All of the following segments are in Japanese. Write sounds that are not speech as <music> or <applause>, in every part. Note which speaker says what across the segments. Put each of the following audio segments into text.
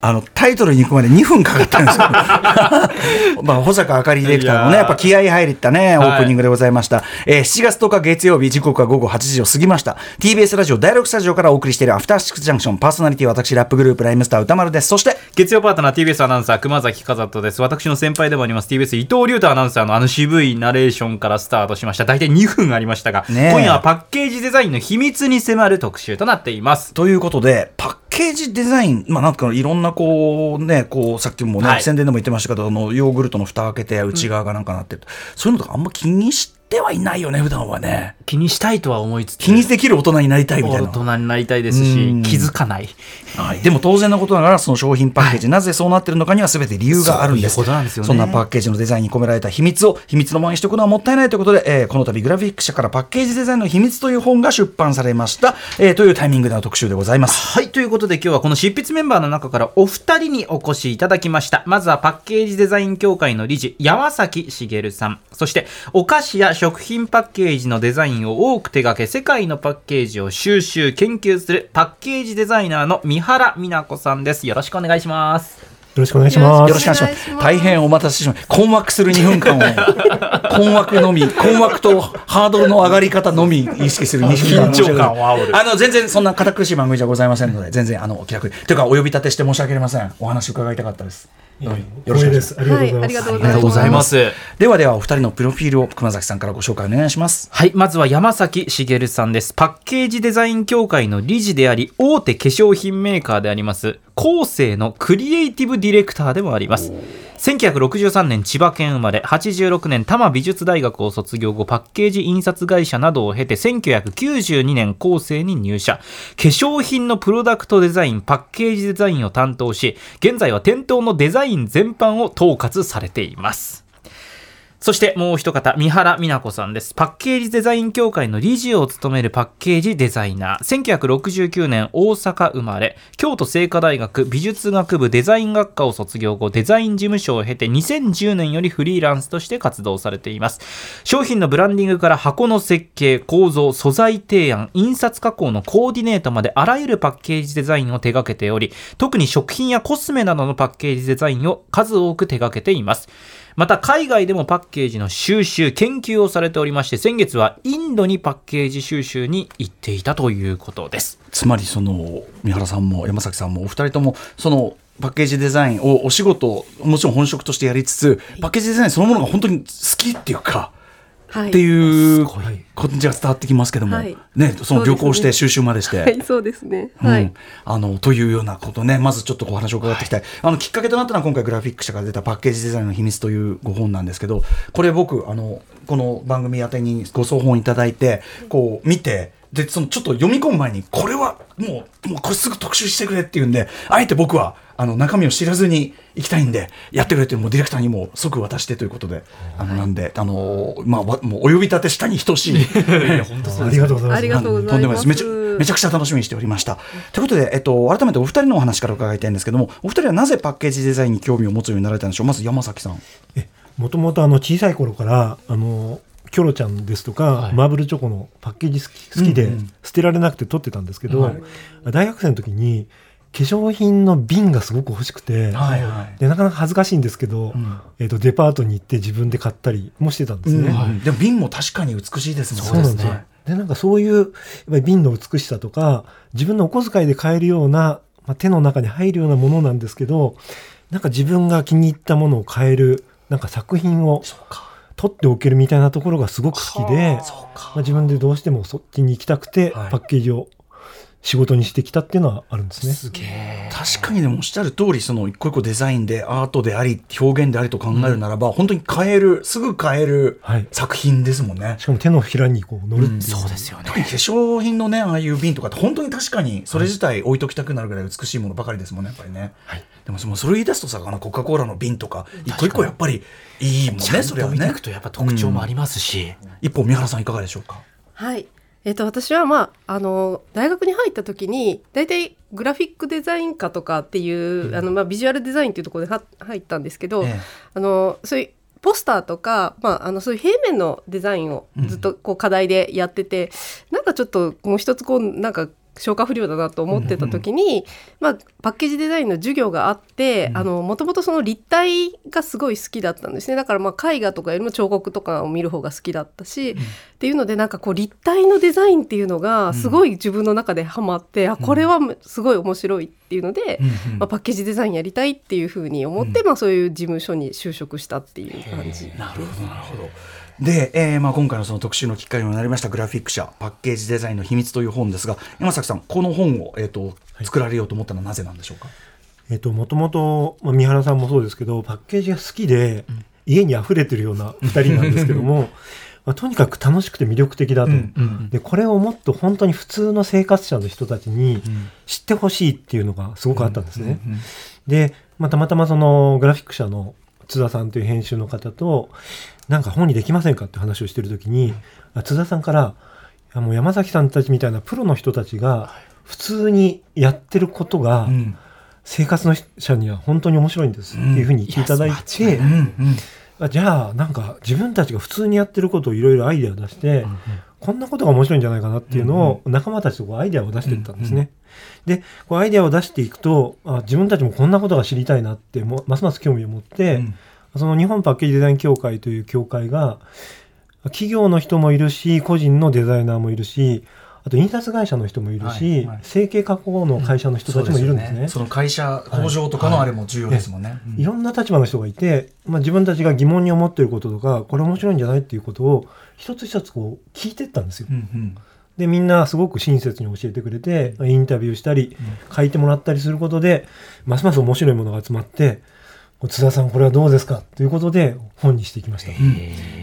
Speaker 1: あのタイトルに行くまで2分かかったんです <laughs> よまあ保坂あかりディレクターのねやっぱ気合い入ったねオープニングでございました、えー7月10日月曜日時刻は午後8時を過ぎました TBS ラジオ第6スタジオからお送りしている「アフターシックスジャンクション」パーソナリティは私ラップグループライムスター歌丸ですそして
Speaker 2: 月曜パートナー TBS アナウンサー熊崎和人です私の先輩でもあります TBS 伊藤龍太アナウンサーのあの渋いナレーションからスタートしました大体2分ありましたが、
Speaker 1: ねえ
Speaker 2: 今夜はパッケージデザインの秘密に迫る特集となっています
Speaker 1: ということで、パッケージデザイン、まあ、なんかいろんなこう、ね、こうさっきもね、
Speaker 2: はい
Speaker 1: 宣伝でも言ってましたけど、あのヨーグルトの蓋開けて、内側がなんかなってる、そういうのとか、あんま気にしてはいないよね、普段はね。
Speaker 2: 気にしたいとは思いつつ
Speaker 1: 気にできる大人になりたいみたい
Speaker 2: 大
Speaker 1: な。
Speaker 2: 人になりたいです
Speaker 1: うん
Speaker 2: し気づかない
Speaker 1: はい、でも当然のことながら、その商品パッケージ、なぜそうなってるのかには全て理由があるんです。
Speaker 2: そういうことなんですよね
Speaker 1: そんなパッケージのデザインに込められた秘密を、秘密のままにしておくのはもったいないということで、えーこの度グラフィック社からパッケージデザインの秘密という本が出版されました、えーというタイミングでの特集でございます。
Speaker 2: はいということで今日はこの執筆メンバーの中からお二人にお越しいただきましたまずはパッケージデザイン協会の理事山崎茂さんそしてお菓子や食品パッケージのデザインを多く手掛け世界のパッケージを収集研究するパッケージデザイナーの三原美奈子さんですよろしくお願いします
Speaker 3: よろしくお願いしま
Speaker 1: よ
Speaker 3: す
Speaker 1: ろしくお願いしま
Speaker 4: お願いし
Speaker 1: す。
Speaker 4: ます
Speaker 1: 大変お待たせしました。困惑する2分間を、困惑のみ、困惑とハードルの上がり方のみ意識する2分間。
Speaker 2: 緊張感を煽る
Speaker 1: あの、全然そんな堅苦しい番組じゃございませんので、全然、あの、お気楽に。というか、お呼び立てして申し訳ありません。お話伺いたかったです。よろしくお
Speaker 3: 光栄
Speaker 1: 願いし
Speaker 3: で
Speaker 1: ます。
Speaker 3: すありがとうございま
Speaker 1: あり
Speaker 3: す、
Speaker 4: はいありがとう
Speaker 1: がとうございます
Speaker 2: ありがとうござい。
Speaker 1: ではでは、お二人のプロフィールを熊崎さんからご紹介お願いします。
Speaker 2: はい、まずは山崎茂さんです。パッケージデザイン協会の理事であり、大手化粧品メーカーであります、後世のクリエイティブディレクターでもあります。1963年千葉県生まれ、86年多摩美術大学を卒業後、パッケージ印刷会社などを経て、1992年後世に入社。化粧品のプロダクトデザイン、パッケージデザインを担当し、現在は店頭のデザイン全般を統括されています。そしてもう一方、三原美奈子さんです。パッケージデザイン協会の理事を務めるパッケージデザイナー。1969年大阪生まれ、京都精華大学美術学部デザイン学科を卒業後、デザイン事務所を経て2010年よりフリーランスとして活動されています。商品のブランディングから箱の設計、構造、素材提案、印刷加工のコーディネートまであらゆるパッケージデザインを手掛けており、特に食品やコスメなどのパッケージデザインを数多く手掛けています。また海外でもパッケージの収集研究をされておりまして先月はインドにパッケージ収集に行っていたということです
Speaker 1: つまりその三原さんも山崎さんもお二人ともそのパッケージデザインをお仕事もちろん本職としてやりつつパッケージデザインそのものが本当に好きっていうか、
Speaker 4: はい、
Speaker 1: っていう
Speaker 2: ごい
Speaker 1: 感じが伝わってきますけども、
Speaker 4: はい
Speaker 1: ね、その旅行し
Speaker 4: そうです
Speaker 1: て
Speaker 4: ね
Speaker 1: 収集までして。
Speaker 4: はい、そうですね。
Speaker 1: うん
Speaker 4: はい。
Speaker 1: あのというようなことねまずちょっとお話を伺っていきたい、あのきっかけとなったのは今回グラフィック社から出た「パッケージデザインの秘密」というご本なんですけどこれ僕あのこの番組宛てにご送本いただいてこう見てでそのちょっと読み込む前にこれはもうもうこれすぐ特集してくれっていうんであえて僕はあの中身を知らずに行きたいんでやってくれってもうディレクターにも即渡してということであのなんであのまあわもうお呼び立て下に等しい本当
Speaker 3: ありがとうございます
Speaker 4: ありがとうございます
Speaker 1: んでもないですめちゃめちゃくちゃ楽しみにしておりました。ということで、えっと、改めてお二人のお話から伺いたいんですけどもお二人はなぜパッケージデザインに興味を持つようになられたんでしょうまず山崎さん。
Speaker 3: もともとあの小さい頃からあのキョロちゃんですとか、
Speaker 2: はい
Speaker 3: マーブルチョコのパッケージ好き好き
Speaker 1: う
Speaker 3: で
Speaker 1: んうん
Speaker 3: 捨てられなくて取ってたんですけど、
Speaker 2: はい
Speaker 3: 大学生の時に化粧品の瓶がすごく欲しくて、
Speaker 1: はいはい
Speaker 3: でなかなか恥ずかしいんですけど、
Speaker 1: うん
Speaker 3: えー、とデパートに行って自分で買ったりもしてたんですね。
Speaker 1: うんでも瓶も確かに美しいですもん
Speaker 3: そうなんですよ。で、なんかそういう、やっぱり瓶の美しさとか、自分のお小遣いで買えるような、まあ、手の中に入るようなものなんですけど、なんか自分が気に入ったものを買える、なんか作品を
Speaker 1: そうか
Speaker 3: 取っておけるみたいなところがすごく好きで、
Speaker 1: そう
Speaker 3: ま
Speaker 1: か
Speaker 3: あ、自分でどうしてもそっちに行きたくて、
Speaker 1: はい
Speaker 3: パッケージを仕事にしてきたっていうのはあるんですね。
Speaker 2: げえ
Speaker 1: 確かにでもおっしゃる通りその一個一個デザインでアートであり表現でありと考えるならば、本当に変えるすぐ変える
Speaker 3: はい。
Speaker 1: 作品ですもんね
Speaker 3: し。かも手のひらにこう乗るっていう。
Speaker 2: そうですよね
Speaker 1: 特に化粧品のねああいう瓶とかって本当に確かにそれ自体置いときたくなるぐらい美しいものばかりですもんねやっぱりね、でもそのそれを言い出すとさあのコカ・コーラの瓶とか一個一個やっぱりいいもんね
Speaker 2: ちゃん
Speaker 1: それ
Speaker 2: と
Speaker 1: は
Speaker 2: 見てい
Speaker 1: ね
Speaker 2: くとやっぱ特徴もありますし、
Speaker 1: 一方三原さんいかがでしょうか
Speaker 4: はい。えっ、と、私は、まあ、あの、大学に入った時に、大体グラフィックデザイン科とかっていう、あの、まあ、ビジュアルデザインっていうところでは入ったんですけど。
Speaker 1: ええ
Speaker 4: あの、そういう。ポスターとか、まあ、あのそういう平面のデザインをずっとこう課題でやってて、なんかちょっともう一つこうなんか消化不良だなと思ってた時に、まあ、パッケージデザインの授業があってもともとその立体がすごい好きだったんですねだからまあ絵画とかよりも彫刻とかを見る方が好きだったし、っていうのでなんかこう立体のデザインっていうのがすごい自分の中でハマって、あこれはすごい面白いっていうので、
Speaker 1: うんうん
Speaker 4: まあ、パッケージデザインやりたいっていうふうに思って、まあ、そういう事務所に就職したっていう感じ。
Speaker 1: なるほどなるほど。で、えーまあ、今回のその特集のきっかけにもなりましたグラフィック社パッケージデザインの秘密という本ですが山崎さんこの本を、えー、と作られようと思ったのはなぜなんでしょうか、
Speaker 3: えっと、もともと、まあ、三原さんもそうですけど、パッケージが好きで、家に溢れてるような二人なんですけ
Speaker 1: <laughs>
Speaker 3: ども、まあ、とにかく楽しくて魅力的だと、
Speaker 1: うん
Speaker 5: うん
Speaker 3: で、これをもっと本当に普通の生活者の人たちに知ってほしいっていうのがすごくあったんですね。で、まあ、たまたまそのグラフィック社の津田さんという編集の方と、なんか本にできませんかって話をしてるときに、あ津田さんから、いやもう山崎さんたちみたいなプロの人たちが、普通にやってることが、
Speaker 1: うん
Speaker 3: 生活の者には本当に面白いんですっていうふうに言っていただいて、
Speaker 1: うんうん
Speaker 3: あじゃあなんか自分たちが普通にやってることをいろいろアイデアを出して、こんなことが面白いんじゃないかなっていうのを仲間たちとこうアイデアを出していったんですね。でこうアイデアを出していくとあ自分たちもこんなことが知りたいなってもますます興味を持って、
Speaker 1: うん
Speaker 3: その日本パッケージデザイン協会という協会が企業の人もいるし個人のデザイナーもいるしあと印刷会社の人もいるし、
Speaker 1: はいはい
Speaker 3: 整形加工の会社の人たちもいるんですね。
Speaker 1: その会社工場とかのあれも重要ですもんね、
Speaker 3: いろんな立場の人がいて、まあ、自分たちが疑問に思っていることとかこれ面白いんじゃないっていうことを一つ一つこう聞いてったんですよ。
Speaker 1: うんうん
Speaker 3: でみんなすごく親切に教えてくれてインタビューしたり書いてもらったりすることでますます面白いものが集まって「津田さんこれはどうですか?」ということで本にしていきました。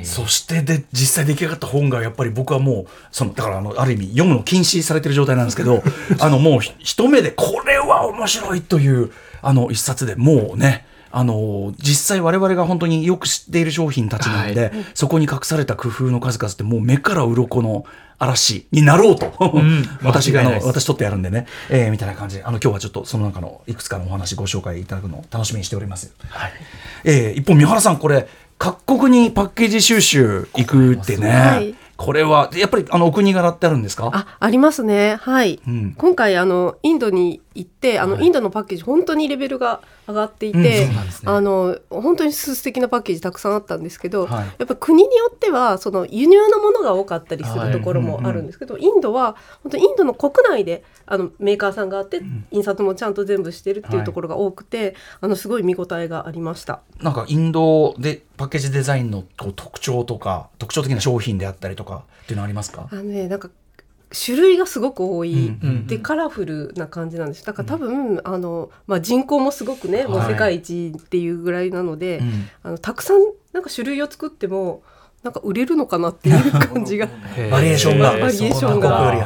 Speaker 1: そしてで実際出来上がった本がやっぱり僕はもうそのだからあのある意味読むの禁止されてる状態なんですけど <laughs> あのもうひ一目でこれは面白いというあの一冊でもうねあの実際我々が本当によく知っている商品たちなので、そこに隠された工夫の数々ってもう目から鱗の嵐になろうと、
Speaker 5: ん
Speaker 1: <laughs> 私があ
Speaker 5: 間違いないで
Speaker 1: の
Speaker 5: す
Speaker 1: 私取ってやるんでね、えーみたいな感じであの今日はちょっとその中のいくつかのお話ご紹介いただくのを楽しみにしております。はいえー一方三原さんこれ各国にパッケージ収集行くってね、
Speaker 4: はい
Speaker 1: これはやっぱりあのお国柄ってあるんですか
Speaker 4: あありますねはい、
Speaker 1: うん
Speaker 4: 今回あのインドに行ってあの、インドのパッケージ本当にレベルが上がっていて、
Speaker 1: うんそう
Speaker 5: なんですね
Speaker 4: あの本当に素敵なパッケージたくさんあったんですけど、
Speaker 1: はい
Speaker 4: やっぱ国によってはその輸入のものが多かったりするところもあるんですけど、インドは本当にインドの国内であのメーカーさんがあって、印刷もちゃんと全部してるっていうところが多くて、あのすごい見応えがありました。
Speaker 1: なんかインドでパッケージデザインのこう特徴とか特徴的な商品であったりとかっていうのはありますか
Speaker 4: あのねなんか種類がすごく多い、
Speaker 1: うんうん
Speaker 4: でカラフルな感じなんですだから多分、あのまあ、人口もすごくね、もう
Speaker 1: はい
Speaker 4: 世界一っていうぐらいなので、
Speaker 1: うん
Speaker 4: あのたくさんなんか種類を作ってもなんか売れるのかなっていう感じが
Speaker 5: へ
Speaker 1: バリエーションが、
Speaker 4: バリエーションが
Speaker 1: その他国より
Speaker 4: はい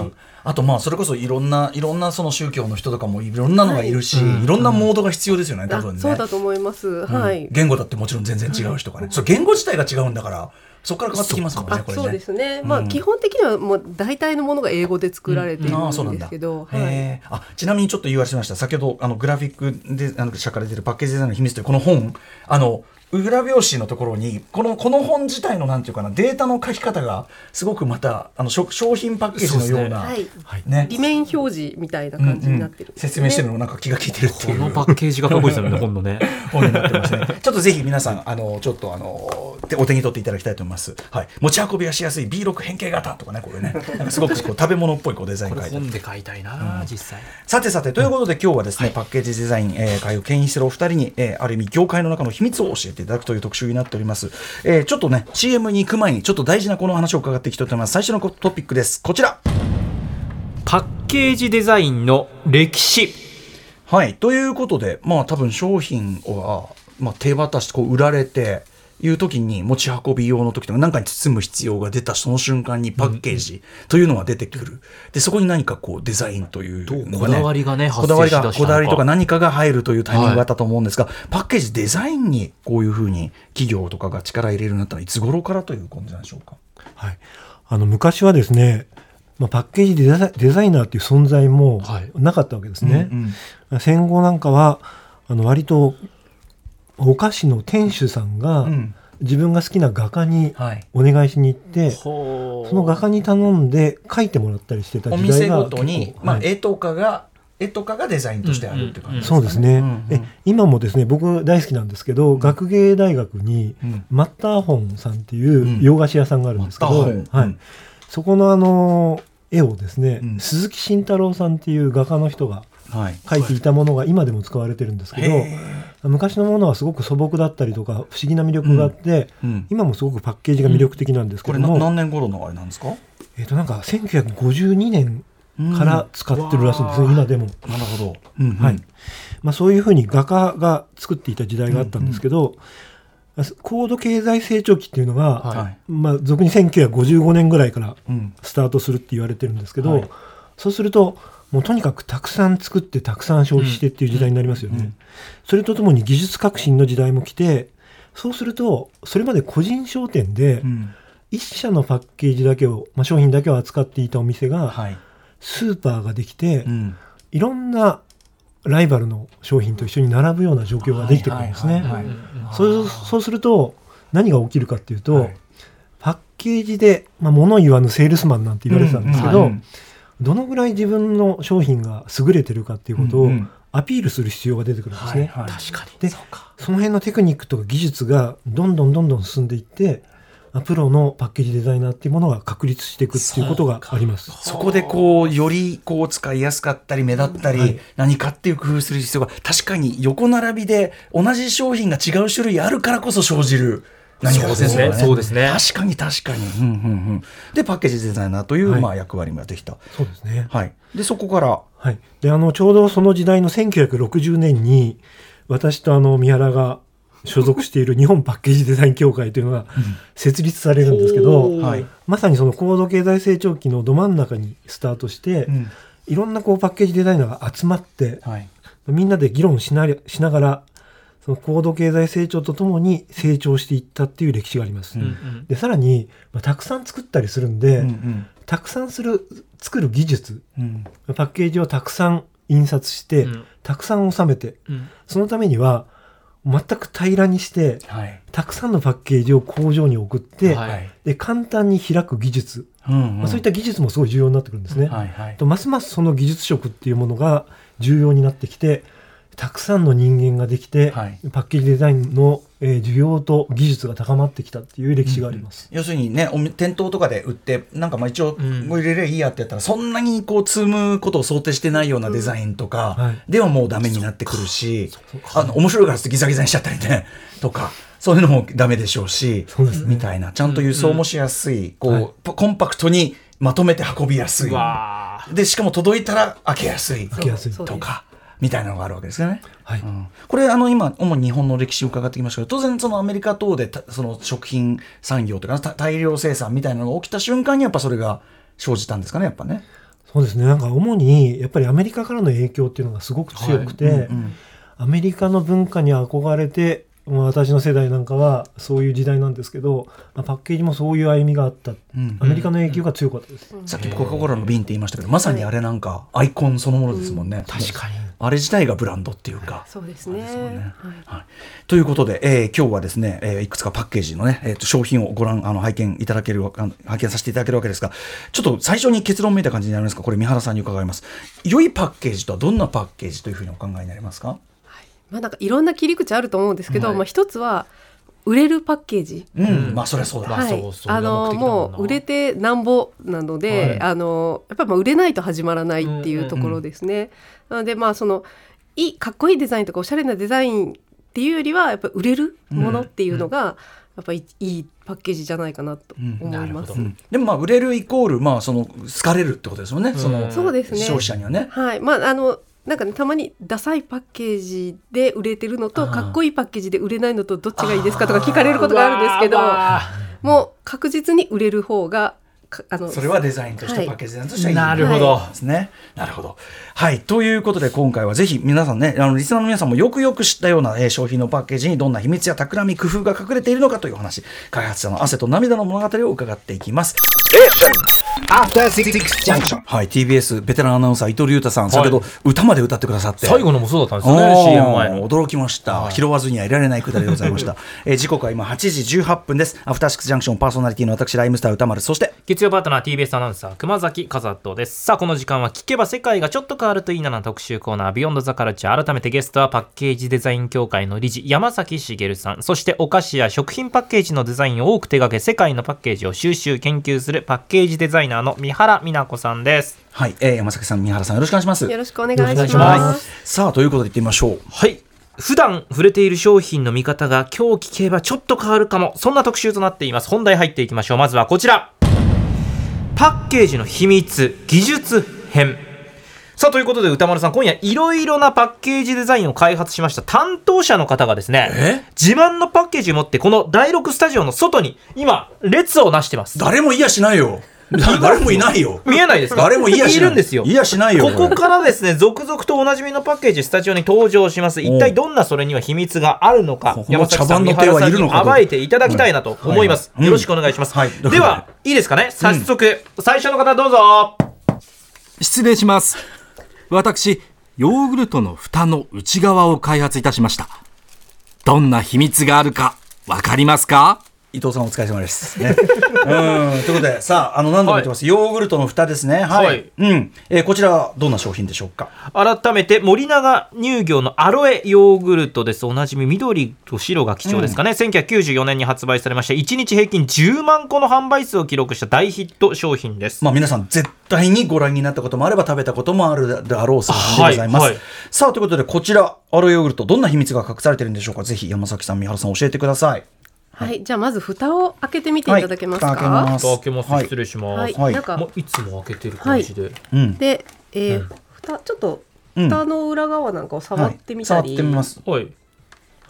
Speaker 1: はいあとまあそれこそいろんないろんなその宗教の人とかもいろんなのがいるし、
Speaker 5: はい
Speaker 1: い、ろんなモードが必要ですよね多
Speaker 4: あ
Speaker 1: 分ね。
Speaker 4: そうだと思います、はい
Speaker 1: うん。言語だってもちろん全然違う人がね、そう言語自体が違うんだからそこから変わってきますもんね
Speaker 4: あ
Speaker 1: これね。
Speaker 4: そうですね、ま
Speaker 1: う
Speaker 4: あ
Speaker 1: ん
Speaker 4: 基本的にはもう大体のものが英語で作られている
Speaker 1: ああそうんなん
Speaker 4: で
Speaker 1: だ
Speaker 4: すけど、
Speaker 1: へ
Speaker 4: はい、
Speaker 1: えあちなみにちょっと言わせました先ほどあのグラフィックであの社から出てるパッケージデザインの秘密というこの本あの裏表紙のところにこのこの本自体のなんていうかなデータの書き方がすごくまたあの商商品パッケージのような
Speaker 4: はい
Speaker 1: ね
Speaker 4: 裏面表示みたいな感じになってる
Speaker 1: うん
Speaker 4: ん
Speaker 1: うん
Speaker 4: です
Speaker 1: 説
Speaker 4: ね、
Speaker 1: 明してるのもなんか気が利いてるって
Speaker 5: こ
Speaker 1: いう
Speaker 5: のパッケージがかっこいいですよね、本のね。
Speaker 1: 本になってますね。ちょっとぜひ皆さん、あの、ちょっとあの、でお手に取っていただきたいと思います。はい。持ち運びがしやすい B6 変形型とかね、これね。なんかすごくこう食べ物っぽ <laughs> いこうデザイン
Speaker 5: これ
Speaker 1: が書いてある
Speaker 5: 本で買いたいな、実際。
Speaker 1: さてさて、ということで今日はですね、パッケージデザイン、えー、会を牽引しているお二人に、えー、ある意味業界の中の秘密を教えていただくという特集になっております。えー、ちょっとね、CM に行く前に、ちょっと大事なこの話を伺っていきたいと思います。最初のトピックです。こちら。
Speaker 5: パッケージデザインの歴史。
Speaker 1: はい、ということで、まあ、多分商品は、まあ、手渡しこう売られていう時に持ち運び用の時とか何かに包む必要が出たその瞬間にパッケージというのが出てくる、でそこに何かこうデザインという
Speaker 5: ど
Speaker 1: のが、ね、
Speaker 5: うこだわりがね
Speaker 1: こだわりが
Speaker 5: 発生しだしたのか
Speaker 1: こだわりとか何かが入るというタイミングがあったと思うんですが、パッケージデザインにこういうふうに企業とかが力入れるようになったのはいつ頃からという感じなんでしょうか。
Speaker 3: はい、あの昔はですね、まあ、パッケージデザデザイナーっていう存在も
Speaker 5: はい
Speaker 3: なかったわけですね。
Speaker 1: うん
Speaker 3: 戦後なんかはあの割とお菓子の店主さんが、
Speaker 1: うん
Speaker 3: 自分が好きな画家に
Speaker 5: はい
Speaker 3: お願いしに行って、
Speaker 5: ほう
Speaker 3: その画家に頼んで書いてもらったりしてた
Speaker 1: お
Speaker 3: 時代
Speaker 1: 店
Speaker 3: が
Speaker 1: ごとに
Speaker 3: 結、構
Speaker 1: まあ
Speaker 3: は、い
Speaker 1: 絵とかが絵とかがデザインとしてあるって感じ
Speaker 3: そうですね、
Speaker 1: うんうん
Speaker 3: え今もですね僕大好きなんですけど学芸大学に
Speaker 1: うん
Speaker 3: マッターホンさんってい
Speaker 1: うん
Speaker 3: う洋菓子屋さんがあるんですけど、
Speaker 1: マッターホン
Speaker 3: は
Speaker 1: う
Speaker 3: い
Speaker 1: ん、
Speaker 3: そこのあの絵をですね、
Speaker 1: うん
Speaker 3: 鈴木慎太郎さんっていう画家の人が
Speaker 1: はい
Speaker 3: 描いていたものが今でも使われてるんですけど
Speaker 1: へ
Speaker 3: 昔のものはすごく素朴だったりとか不思議な魅力があって、
Speaker 1: うん
Speaker 3: 今もすごくパッケージが魅力的なんですけ
Speaker 1: こ
Speaker 3: ど
Speaker 1: れ
Speaker 3: も、
Speaker 1: な何年頃のあれなんですか
Speaker 3: えっ、となんか1952年
Speaker 1: うん
Speaker 3: から使ってるらしいんですね、
Speaker 5: うん
Speaker 3: 今でも。
Speaker 1: なるほど、うんうん
Speaker 3: はいまあ、そういうふうに画家が作っていた時代があったんですけど、高度経済成長期っていうのが、
Speaker 5: はい
Speaker 1: はい
Speaker 3: まあ、俗に1955年ぐらいから
Speaker 1: うん
Speaker 3: スタートするって言われてるんですけど、
Speaker 5: はい
Speaker 3: そうするともうとにかくたくさん作ってたくさん消費してっていう時代になりますよね。
Speaker 1: うんうん
Speaker 3: それとともに技術革新の時代も来てそうするとそれまで個人商店で
Speaker 1: うん
Speaker 3: 一社のパッケージだけを、まあ、商品だけを扱っていたお店が
Speaker 1: はい
Speaker 3: スーパーができて、
Speaker 1: うん
Speaker 3: いろんなライバルの商品と一緒に並ぶような状況ができてくるんです
Speaker 1: はい
Speaker 3: ね
Speaker 1: はい。はい
Speaker 3: そうそうすると何が起きるかっていうと、
Speaker 1: はい
Speaker 3: パッケージで、まあ、物言わぬセールスマンなんて言われてたんですけど、
Speaker 1: うんうん
Speaker 3: どのぐらい自分の商品が優れてるかっていうこと
Speaker 1: う
Speaker 3: を
Speaker 1: んうん
Speaker 3: アピールする必要が出てくるんですね。
Speaker 1: はいはい
Speaker 5: 確かに
Speaker 3: で
Speaker 5: そうか
Speaker 3: その辺のテクニックとか技術がどんどんどんどん進んでいってまあプロのパッケージデザイナーっていうものが確立していくっていうことがあります。
Speaker 1: そこでこうよりこう使いやすかったり目立ったり、
Speaker 3: はい
Speaker 1: 何かっていう工夫する必要が確かに横並びで同じ商品が違う種類あるからこそ生じる何か
Speaker 5: そうですねそうですね
Speaker 1: 確かに確かに、うんうんうん、でパッケージデザイナーという、
Speaker 3: はい
Speaker 1: まあ、役割もできた、
Speaker 3: そうですね。
Speaker 1: はい、でそこから
Speaker 3: はい、であのちょうどその時代の1960年に私とあの三原が所属している日本パッケージデザイン協会というのが設立されるんですけど、
Speaker 1: はい
Speaker 3: まさにその高度経済成長期のど真ん中にスタートして、
Speaker 1: うん
Speaker 3: いろんなこうパッケージデザイナーが集まって
Speaker 1: はい
Speaker 3: みんなで議論しなりしながらその高度経済成長とともに成長していったっていう歴史があります。
Speaker 5: うんうん
Speaker 3: でさらに、まあ、たくさん作ったりするんで、
Speaker 1: うんうん
Speaker 3: たくさんする作る技術
Speaker 1: うん
Speaker 3: パッケージをたくさん印刷して、
Speaker 5: うん
Speaker 3: たくさん収めて
Speaker 5: うん
Speaker 3: そのためには全く平らにして
Speaker 1: はい
Speaker 3: たくさんのパッケージを工場に送って、
Speaker 5: はい
Speaker 3: で簡単に開く技術、
Speaker 1: うん
Speaker 3: まあ、そういった技術もすごい重要になってくるんですね。
Speaker 1: はいはい
Speaker 3: とますますその技術職っていうものが重要になってきてたくさんの人間ができて、
Speaker 1: はい
Speaker 3: パッケージデザインの、えー需要と技術が高まってきたっていう歴史があります。
Speaker 1: 要するにねおみ店頭とかで売ってなんかまあ一応
Speaker 5: うん
Speaker 1: もう入れればいいやってやったら、そんなにこう積むことを想定してないようなデザインとか、
Speaker 3: はい
Speaker 1: ではもうダメになってくるしあの面白いからギザギザにしちゃったりね <laughs> とかそういうのもダメでしょうし
Speaker 3: そうですね
Speaker 1: みたいなちゃんと輸送もしやすい、こう、
Speaker 3: はい
Speaker 1: コンパクトにまとめて運びやすい
Speaker 5: わあ
Speaker 1: でしかも届いたら開けやすい
Speaker 3: 開けやすい
Speaker 4: そう
Speaker 1: とかみたいなのがあるわけですよね。
Speaker 3: はい
Speaker 1: うんこれあの今主に日本の歴史を伺ってきましたけど当然そのアメリカ等でたその食品産業とかた大量生産みたいなのが起きた瞬間にやっぱそれが生じたんですかねやっぱね。
Speaker 3: そうですねなんか主にやっぱりアメリカからの影響っていうのがすごく強くて、
Speaker 1: うん
Speaker 3: アメリカの文化に憧れてまあ私の世代なんかはそういう時代なんですけど、まあパッケージもそういう歩みがあった、
Speaker 1: うん
Speaker 3: アメリカの影響が強かったです、
Speaker 1: さっきコカ・コーラの瓶って言いましたけどまさにあれなんかアイコンそのものですもんね。確かにあれ自体がブランドっていうか。
Speaker 4: そうですね
Speaker 1: そうね
Speaker 4: はい
Speaker 1: はい、ということで、えー今日はですね、えーいくつかパッケージのね、えーと商品をご覧あの拝見いただけるわあの拝見させていただけるわけですがちょっと最初に結論めいた感じになりますがこれ三原さんに伺います良いパッケージとはどんなパッケージというふうにお考えになりますか
Speaker 4: はいまあなんかいろんな切り口あると思うんですけど、
Speaker 5: はい
Speaker 4: まあ一つは売れるパッケージ。
Speaker 1: うん、
Speaker 5: うん
Speaker 1: まあそりゃそうだ、
Speaker 5: まあ
Speaker 4: はい
Speaker 5: そうそう
Speaker 4: あ
Speaker 5: 目
Speaker 4: の
Speaker 5: 的だもんな
Speaker 4: もう売れてなんぼなので、
Speaker 5: はい
Speaker 4: あのやっぱりまあ売れないと始まらないっていうところですね。なのでまあそのいいかっこいいデザインとかおしゃれなデザインっていうよりはやっぱ売れるものっていうのが、やっぱりいいパッケージじゃないかなと思います。
Speaker 5: うんなるほど
Speaker 1: うんでもまあ売れるイコールまあその好かれるってことですよね、
Speaker 5: うん
Speaker 1: その
Speaker 4: そうですね
Speaker 1: 消費者にはね。
Speaker 4: はい、まああのなんかねたまにダサいパッケージで売れてるの
Speaker 1: あ
Speaker 4: と
Speaker 1: ー
Speaker 4: かっこいいパッケージで売れないのとどっちがいいですかとか聞かれることがあるんですけど
Speaker 5: うわー
Speaker 4: もう確実に売れる方がかあの
Speaker 1: それはデザインとして、
Speaker 4: はい
Speaker 1: パッケージデザインとしてはいい
Speaker 2: なるほど
Speaker 1: はいですね。なるほど。はい。ということで、今回はぜひ皆さんね、あの、リスナーの皆さんもよくよく知ったような、えー商品のパッケージにどんな秘密や企み、工夫が隠れているのかというお話、開発者の汗と涙の物語を伺っていきます。
Speaker 6: After Six Junction.
Speaker 1: はい。TBS ベテランアナウンサー、伊藤隆太さん、
Speaker 2: い
Speaker 1: 先ほど歌まで歌ってくださって。
Speaker 2: 最後のもそうだったんですよね
Speaker 1: おー
Speaker 2: CM 前の
Speaker 1: 驚きました、 <laughs> 拾わずにはいられないくだりでございました、えー時刻は今8時18分ですアフターシックスジャンクションパーソナリティの私ライムスター歌丸そして
Speaker 2: 月曜パートナー TBS アナウンサー熊崎和人ですさあこの時間は聞けば世界がちょっと変わるといいなな特集コーナービヨンドザカルチャー改めてゲストはパッケージデザイン協会の理事山崎茂さんそしてお菓子や食品パッケージのデザインを多く手掛け世界のパッケージを収集研究するパッケージデザイナーの三原美奈子さんです
Speaker 1: はい、えー山崎さん三原さんよろしくお願いします
Speaker 4: よろしくお願
Speaker 3: よろ
Speaker 4: い
Speaker 3: し
Speaker 4: し
Speaker 3: くお願いし
Speaker 4: ま。
Speaker 3: ます
Speaker 1: さあということでいってみましょう
Speaker 2: はい普段触れている商品の見方が今日聞けばちょっと変わるかもそんな特集となっています本題入っていきましょうまずはこちらパッケージの秘密技術編さあということで歌丸さん今夜いろいろなパッケージデザインを開発しました担当者の方がですね自慢のパッケージを持ってこの第6スタジオの外に今列をなしてます
Speaker 1: 誰もいやしないよ誰もいないよ
Speaker 2: 見えないですか
Speaker 1: 誰もいやしない
Speaker 2: るんですよ
Speaker 1: いやしないよ
Speaker 2: ここからですね、続々とおなじみのパッケージ、スタジオに登場します。一
Speaker 1: お
Speaker 2: 体どんなそれには秘密があるのか
Speaker 1: こ、この
Speaker 2: 山崎さん、
Speaker 1: 茶
Speaker 2: 三
Speaker 1: 番の手
Speaker 2: 原
Speaker 1: は
Speaker 2: さ
Speaker 1: い
Speaker 2: ん
Speaker 1: るの
Speaker 2: に
Speaker 1: かと
Speaker 2: 暴いていただきたいなと思います。
Speaker 1: はいはい
Speaker 2: よろしくお願いします。
Speaker 1: はい
Speaker 2: では、いいですかね、早速、最初の方、どうぞ。
Speaker 7: 失礼します私ヨーグルトの蓋の内側を開発いたしましたどんな秘密があるかわかりますか
Speaker 1: 伊藤さんお疲れ様です、ね、うんということでさああの何度も言ってます、ヨーグルトの蓋ですねはい、
Speaker 2: はい
Speaker 1: うんえーこちらはどんな商品でしょうか
Speaker 2: 改めて、森永乳業のアロエヨーグルトです。おなじみ、緑と白が貴重ですかね。1994年に発売されました、1日平均10万個の販売数を記録した大ヒット商品です。
Speaker 1: まあ、皆さん絶対にご覧になったこともあれば食べたこともあるであろうそうでございます、
Speaker 2: はいはい
Speaker 1: さあということでこちらアロエヨーグルトどんな秘密が隠されてるんでしょうかぜひ山崎さん三原さん教えてください
Speaker 4: はい、じゃあまず蓋を開けてみていただけますか。
Speaker 1: はい蓋開けます
Speaker 2: 蓋開けます。
Speaker 1: はい
Speaker 2: 失礼します。
Speaker 4: はい、
Speaker 1: はい
Speaker 4: なんか、
Speaker 2: もういつも開けてる感じで、
Speaker 1: うん
Speaker 4: で、えー蓋ちょっと
Speaker 1: うん
Speaker 4: 蓋の裏側なんかを触ってみたり、
Speaker 1: はい、触ってみます
Speaker 2: はい、
Speaker 4: なん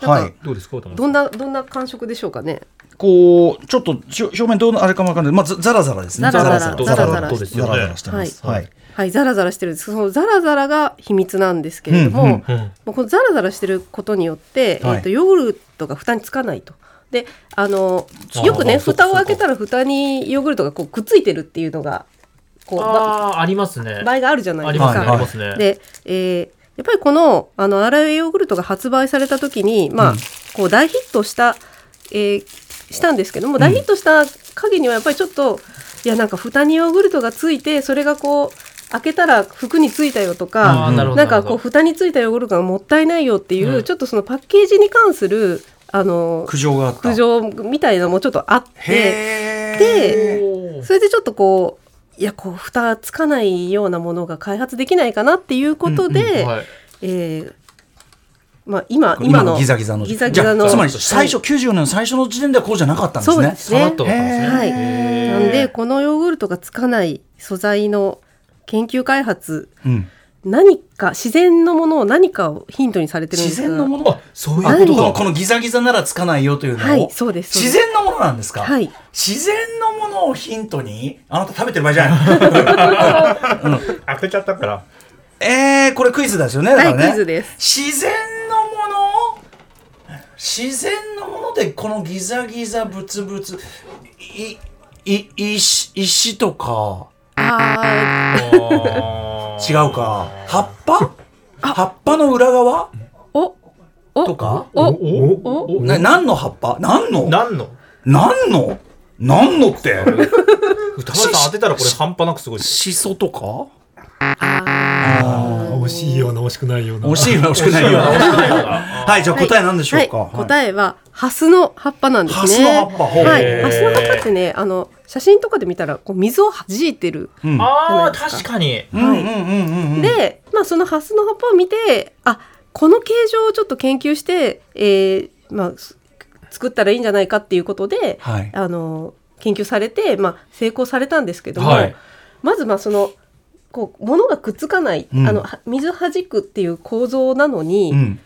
Speaker 4: か
Speaker 1: はい
Speaker 2: どうですか渡辺さ
Speaker 4: どんなどんな感触でしょうかね。
Speaker 1: こうちょっとしょ表面どうなあれかもわかんないまあざざらざらですね
Speaker 4: ざらざ
Speaker 1: ざら
Speaker 4: ら
Speaker 1: ざ
Speaker 4: ざ
Speaker 1: ら
Speaker 4: らざら
Speaker 2: ですよね
Speaker 1: ざらざらしてます
Speaker 4: は
Speaker 1: はいい
Speaker 4: はい、ザラザラしてるんです。そのザラザラが秘密なんですけれども、
Speaker 1: うんうん
Speaker 2: んうん
Speaker 4: もうこのザラザラしてることによって、
Speaker 1: はい
Speaker 4: えっとヨーグルトが蓋につかないと。で、あのよく
Speaker 2: あ
Speaker 4: ね
Speaker 2: ーそっか
Speaker 4: 蓋を開けたら蓋にヨーグルトがこうくっついてるっていうのがこうば
Speaker 2: あーありますね
Speaker 4: 場合があるじゃない
Speaker 2: あ
Speaker 4: で
Speaker 2: り
Speaker 4: すか。
Speaker 2: ますね、
Speaker 1: はいはい
Speaker 2: ありますね
Speaker 4: で、えーやっぱりこのあのアライヨーグルトが発売された時に、まあこう大ヒットした、えーしたんですけども大ヒットした陰にはやっぱりちょっと、いやなんか蓋にヨーグルトがついてそれがこう開けたら服についたよとか、
Speaker 2: あーなるほど
Speaker 4: なんかこう
Speaker 2: なるほ
Speaker 4: 蓋についたヨーグルトがもったいないよっていう、
Speaker 2: うん
Speaker 4: ちょっとそのパッケージに関するあの
Speaker 1: 苦情があった
Speaker 4: 苦情みたいなのもちょっとあって
Speaker 1: へー
Speaker 4: で
Speaker 2: ど
Speaker 4: それでちょっとこういやこう蓋つかないようなものが開発できないかなっていうことで、
Speaker 2: おーはい
Speaker 4: えーまあ、今
Speaker 1: 今
Speaker 4: 今
Speaker 1: の
Speaker 4: の
Speaker 1: ギザギザの
Speaker 4: ギザギザの
Speaker 1: じゃあつまり最初
Speaker 4: は
Speaker 1: 94年の最初の時点ではこうじゃなかったんで
Speaker 4: いそ
Speaker 1: す
Speaker 4: う
Speaker 1: ね
Speaker 4: です
Speaker 2: さらっ
Speaker 4: ね
Speaker 2: と。だったんですね、
Speaker 4: はい
Speaker 2: へー
Speaker 4: なんでこのヨーグルトがつかない素材の研究開発
Speaker 1: うん
Speaker 4: 何か自然のものを何かをヒントにされてるんで
Speaker 1: 自
Speaker 4: す
Speaker 1: 然のもの
Speaker 2: あそういう
Speaker 1: あ
Speaker 4: 何
Speaker 1: このこのギザギザならつかないよというのを、
Speaker 4: はいそうですそうで
Speaker 1: 自
Speaker 4: す
Speaker 1: 然のものなんですか、
Speaker 4: はい
Speaker 1: 自然のものをヒントにあなた食べてる場合じゃ
Speaker 4: <laughs>
Speaker 1: ない、うん
Speaker 2: 開けちゃったから
Speaker 1: えー、これクイズですよねだからね
Speaker 4: はいクイズです
Speaker 1: 自然のものを自然のものでこのギザギザブツブツいい石石とか
Speaker 4: あ
Speaker 1: 違うか葉っぱ葉っぱの裏側
Speaker 4: ーおお
Speaker 1: とか
Speaker 4: お
Speaker 3: おお
Speaker 4: お
Speaker 1: な何の葉っぱ何の
Speaker 2: 何の
Speaker 1: 何の何のって
Speaker 2: 歌丸さん当てたらこれ半端なくすごいです
Speaker 1: シソとか
Speaker 3: あー惜しいような惜しくないような
Speaker 1: 惜しいよな惜しくないよなはいじゃあ答え何でしょうか、
Speaker 4: はい
Speaker 1: え
Speaker 4: 答えはハスの葉っぱなんですね。
Speaker 1: ハスの葉っぱほう
Speaker 4: はい、
Speaker 2: へー
Speaker 4: ハスの葉っぱってね、あの写真とかで見たらこう水を弾いてる。
Speaker 1: うん
Speaker 2: あー確かに
Speaker 1: うんうんうんうんうん
Speaker 4: で、まあ、そのハスの葉っぱを見てあこの形状をちょっと研究して、えーまあ、す作ったらいいんじゃないかっていうことで、
Speaker 1: はい
Speaker 4: あの研究されて、まあ、成功されたんですけども、
Speaker 2: はい
Speaker 4: まずまあそのこう物がくっつかない、
Speaker 1: うん
Speaker 4: あのは水弾くっていう構造なのに、
Speaker 1: うん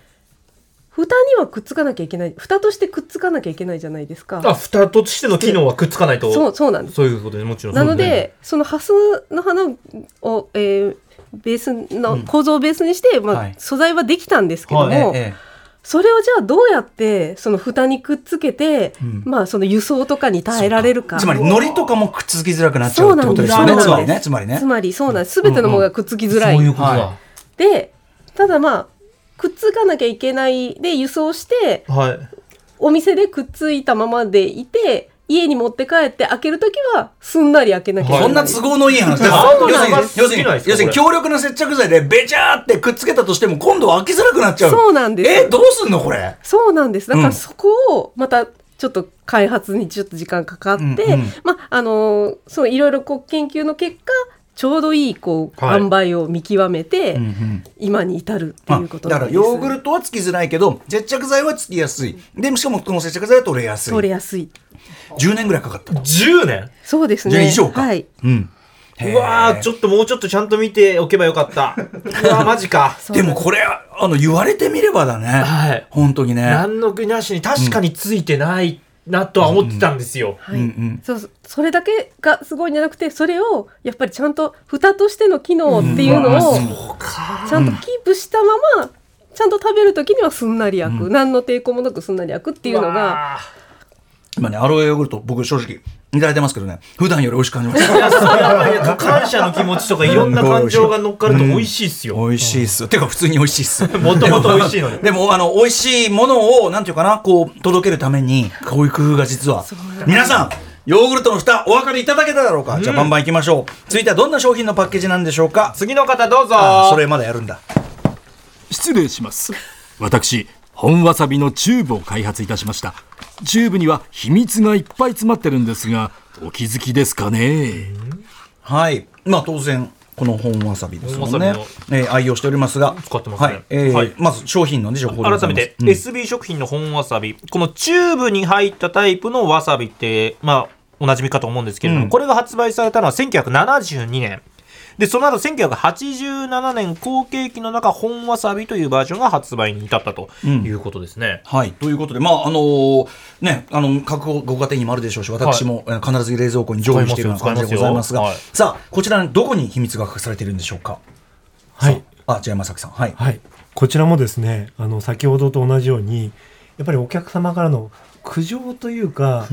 Speaker 4: 蓋にはくっつかなきゃいけない蓋としてくっつかなきゃいけないじゃないですか
Speaker 2: あ、蓋としての機能はくっつかないと。
Speaker 4: そうそうなんです
Speaker 2: そういうことでもちろん。
Speaker 4: なので、そのハスの花を、えーベースの構造をベースにして、まあ
Speaker 1: はい
Speaker 4: 素材はできたんですけども、
Speaker 1: はいええ
Speaker 4: それをじゃあどうやってその蓋にくっつけて、
Speaker 1: ん
Speaker 4: まあその輸送とかに耐えられるか
Speaker 1: つまり海苔とかもくっつきづらくなっちゃうってことですよね。つ
Speaker 4: そう
Speaker 1: ま
Speaker 4: な
Speaker 1: り
Speaker 4: んで
Speaker 1: ね、
Speaker 4: す
Speaker 1: つまりね
Speaker 4: つ。まりそうなんです全てのものがくっつきづらい、
Speaker 2: そういうことだ。
Speaker 1: は
Speaker 4: でただまあくっつかなきゃいけないで輸送して
Speaker 2: はい。
Speaker 4: お店でくっついたままでいて家に持って帰って開けるときはすんなり開けなきゃいけない、
Speaker 1: そんな都合のいい話です
Speaker 2: はい
Speaker 1: 要するに
Speaker 2: は
Speaker 1: 要するに
Speaker 2: いはい
Speaker 1: 要するに強力な接着剤でべちゃーってくっつけたとしても今度は開きづらくなっちゃう
Speaker 4: そうなんです
Speaker 1: えどうすんのこれ
Speaker 4: そうなんです。だか
Speaker 1: うん
Speaker 4: らそこをまたちょっと開発にちょっと時間かかって、
Speaker 1: うんうん
Speaker 4: まああのーそういろいろこう研究の結果ちょうどいいこう、
Speaker 2: はい
Speaker 4: 塩梅を見極めて、
Speaker 1: うんうん
Speaker 4: 今に至るって
Speaker 1: まあ
Speaker 4: いうこと
Speaker 1: だ
Speaker 4: な
Speaker 1: か
Speaker 4: ん
Speaker 1: ら
Speaker 4: です。
Speaker 1: ヨーグルトはつきづらいけど接着剤はつきやすいでしかもこの接着剤は取れやすい
Speaker 4: 取れやすい。
Speaker 1: 10年ぐらいかかったと
Speaker 2: 10年
Speaker 4: そうです
Speaker 1: じゃあ
Speaker 4: ね。
Speaker 1: 以上か
Speaker 4: はい。
Speaker 1: うん
Speaker 2: うわーちょっともうちょっとちゃんと見ておけばよかった。う <laughs> わーマジか。
Speaker 1: でもこれあの言われてみればだね、
Speaker 2: はい
Speaker 1: 本当にね
Speaker 2: 何の気なしに確かについてないなとは思ってたんですよ。
Speaker 4: はい
Speaker 1: うんうん
Speaker 4: そうそうそれだけがすごいんじゃなくてそれをやっぱりちゃんと蓋としての機能っていうのをちゃんとキープしたままちゃんと食べる時にはすんなり焼く、何の抵抗もなくすんなり焼くっていうのが
Speaker 2: あ
Speaker 1: 今ねアロエヨーグルト僕正直いただいてますけどね普段より美味しく感じま
Speaker 2: ー
Speaker 1: す
Speaker 2: いやそれはやっぱり感謝の気持ちとかいろんな感情が乗っかると美味しいっすよ。
Speaker 1: 美味しいっすてか普通に美味しいっす
Speaker 2: もともと美味しいのに。
Speaker 1: <laughs> でも、あの、美味しいものを、なんていうかな、こう、届けるために、こういう工夫が実は。皆さん、ヨーグルトの蓋、お分かりいただけただろうか。じゃあ、バンバン行きましょう。続いてはどんな商品のパッケージなんでしょうか。
Speaker 2: 次の方どうぞ。
Speaker 1: あ、それまだやるんだ。
Speaker 7: 失礼します私本わさびのチューブを開発いたしましたチューブには秘密がいっぱい詰まってるんですがお気づきですかね
Speaker 1: はい。まあ、当然。この本わさびですもん
Speaker 2: 本わ
Speaker 1: ね
Speaker 2: さ。
Speaker 1: えー愛用しておりますが、
Speaker 2: 使ってますね
Speaker 1: はい、えー
Speaker 2: はい
Speaker 1: まず商品のね情報でござ
Speaker 2: 改
Speaker 1: い
Speaker 2: め
Speaker 1: ます
Speaker 2: て、SB 食品の本わさびこのチューブに入ったタイプのわさびってまあおなじみかと思うんですけれども、
Speaker 1: うん
Speaker 2: これが発売されたのは1972年でその後1987年後継期の中本わさびというバージョンが発売に至ったということですね、
Speaker 1: はい。ということで、まあ、あのーね、あの、各ごご家庭にもあるでしょうし、私も、えー必ず冷蔵庫に常備しているような感じでございますが、
Speaker 2: 使います
Speaker 1: さあ、こちらのどこに秘密が隠されているんでしょうか。
Speaker 3: はい。
Speaker 1: あ、じゃあ山崎さん。はい。
Speaker 3: はい、こちらもですねあの先ほどと同じようにやっぱりお客様からの苦情というか、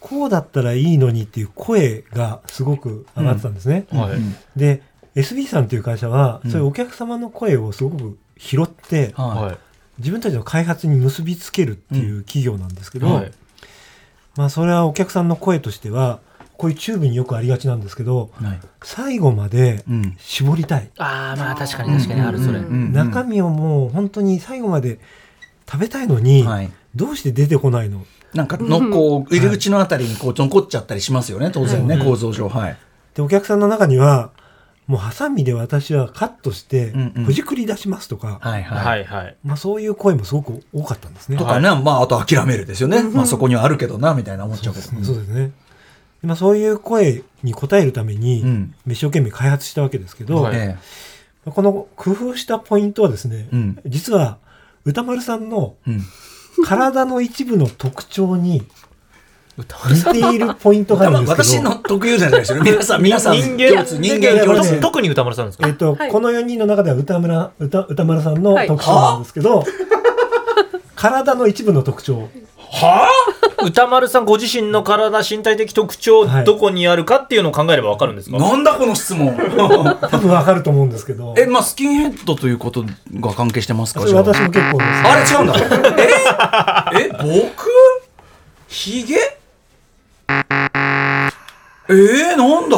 Speaker 3: こうだったらいいのにっていう声がすごく上がってたんですね。
Speaker 2: はい
Speaker 3: で SB さんという会社は、
Speaker 1: ん
Speaker 3: そういうお客様の声をすごく拾って、
Speaker 1: はい。
Speaker 3: 自分たちの開発に結びつけるっていう企業なんですけど、
Speaker 2: はい
Speaker 3: まあそれはお客さんの声としてはこういうチューブによくありがちなんですけど
Speaker 1: はい。
Speaker 3: 最後まで
Speaker 1: うん。
Speaker 3: 絞りたい、
Speaker 5: ああ、まあ確かに確かにある、それ。
Speaker 1: うん
Speaker 3: 中身をもう本当に最後まで食べたいのに、
Speaker 1: はい。
Speaker 3: どうして出てこないの
Speaker 1: なんかの、こう、入り口のあたりにこう、残っちゃったりしますよね、当然ね、構造上。はい。
Speaker 3: でお客さんの中にはもうハサミで私はカットして
Speaker 1: うんうん
Speaker 3: ほじくり出しますとか、
Speaker 1: はい、は。
Speaker 2: はいいはい
Speaker 3: まあ、そういう声もすごく多かったんですね。
Speaker 1: とかね、まあ、あと諦めるですよね。まあ、そこにはあるけどな、みたいな思っちゃうけど。
Speaker 3: そうですねでまあ、そういう声に応えるために、
Speaker 1: うん
Speaker 3: 一生懸命開発したわけですけど、
Speaker 2: はい
Speaker 1: え
Speaker 3: この工夫したポイントはですね、
Speaker 1: うん
Speaker 3: 実は歌丸さんの
Speaker 1: え。うん。
Speaker 3: 体の一部の特徴に似ているポイントがあ
Speaker 1: 多
Speaker 3: るん
Speaker 1: 分 <laughs>
Speaker 3: ですけ
Speaker 1: 私
Speaker 3: ど
Speaker 1: の特有じゃないです
Speaker 3: <laughs>
Speaker 1: よね。皆さん、皆さん、
Speaker 2: 人間
Speaker 1: 共通人間共通。
Speaker 2: 特に歌丸さんですか
Speaker 3: えっと、
Speaker 4: はい
Speaker 3: この4人の中では歌村歌歌丸さんの
Speaker 4: はい
Speaker 3: 特徴なんですけど、体の一部の特徴
Speaker 2: <laughs> 歌丸さんご自身の体身体的特徴
Speaker 3: はい
Speaker 2: どこにあるかっていうのを考えればわかるんですか、
Speaker 1: なんだこの質問。 <laughs>
Speaker 3: 多分わかると思うんですけど
Speaker 1: え、まあ、スキンヘッドということが関係してますか
Speaker 3: それ
Speaker 1: じゃあ
Speaker 3: 私も結構です
Speaker 1: あれ違うんだ。ええ僕ひげえー、なんだ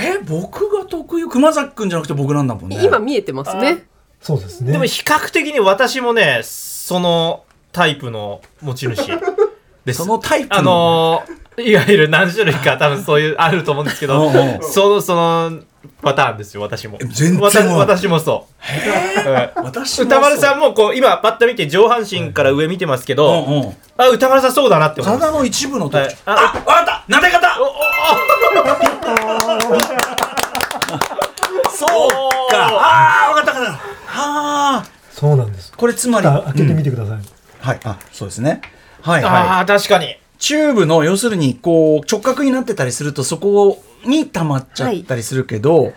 Speaker 1: え僕が得意熊崎くんじゃなくて僕なんだもんね。
Speaker 4: 今見えてますね。
Speaker 3: そうですね
Speaker 2: でも比較的に私もねそのタイプの持
Speaker 1: <laughs>
Speaker 2: ち主です
Speaker 1: そのタイプの
Speaker 2: あのーいわゆる何種類か多分そう
Speaker 1: <laughs>
Speaker 2: いうあると思うんですけど
Speaker 1: うんうん
Speaker 2: そのそのパターンですよ私も
Speaker 1: え全然
Speaker 2: わた
Speaker 1: わかんない
Speaker 2: 私もそううん
Speaker 1: 私も
Speaker 2: 歌丸さ
Speaker 1: ん
Speaker 2: んもこう今パッと見て上半身から上見てますけど、
Speaker 1: うんうん、
Speaker 2: あ歌丸さんそうだなって思います
Speaker 1: 体の一部の特徴、
Speaker 2: はい
Speaker 1: あ
Speaker 2: あ
Speaker 1: わかった撫で方 <laughs> そうかああわかったわかったああ
Speaker 3: そうなんです
Speaker 1: これつまり、
Speaker 3: 蓋開けてみてください。
Speaker 1: はい、あそうですね。はい
Speaker 2: あ
Speaker 1: は
Speaker 2: あ、確かに。
Speaker 1: い、チューブの要するにこう直角になってたりするとそこに溜まっちゃったりするけど、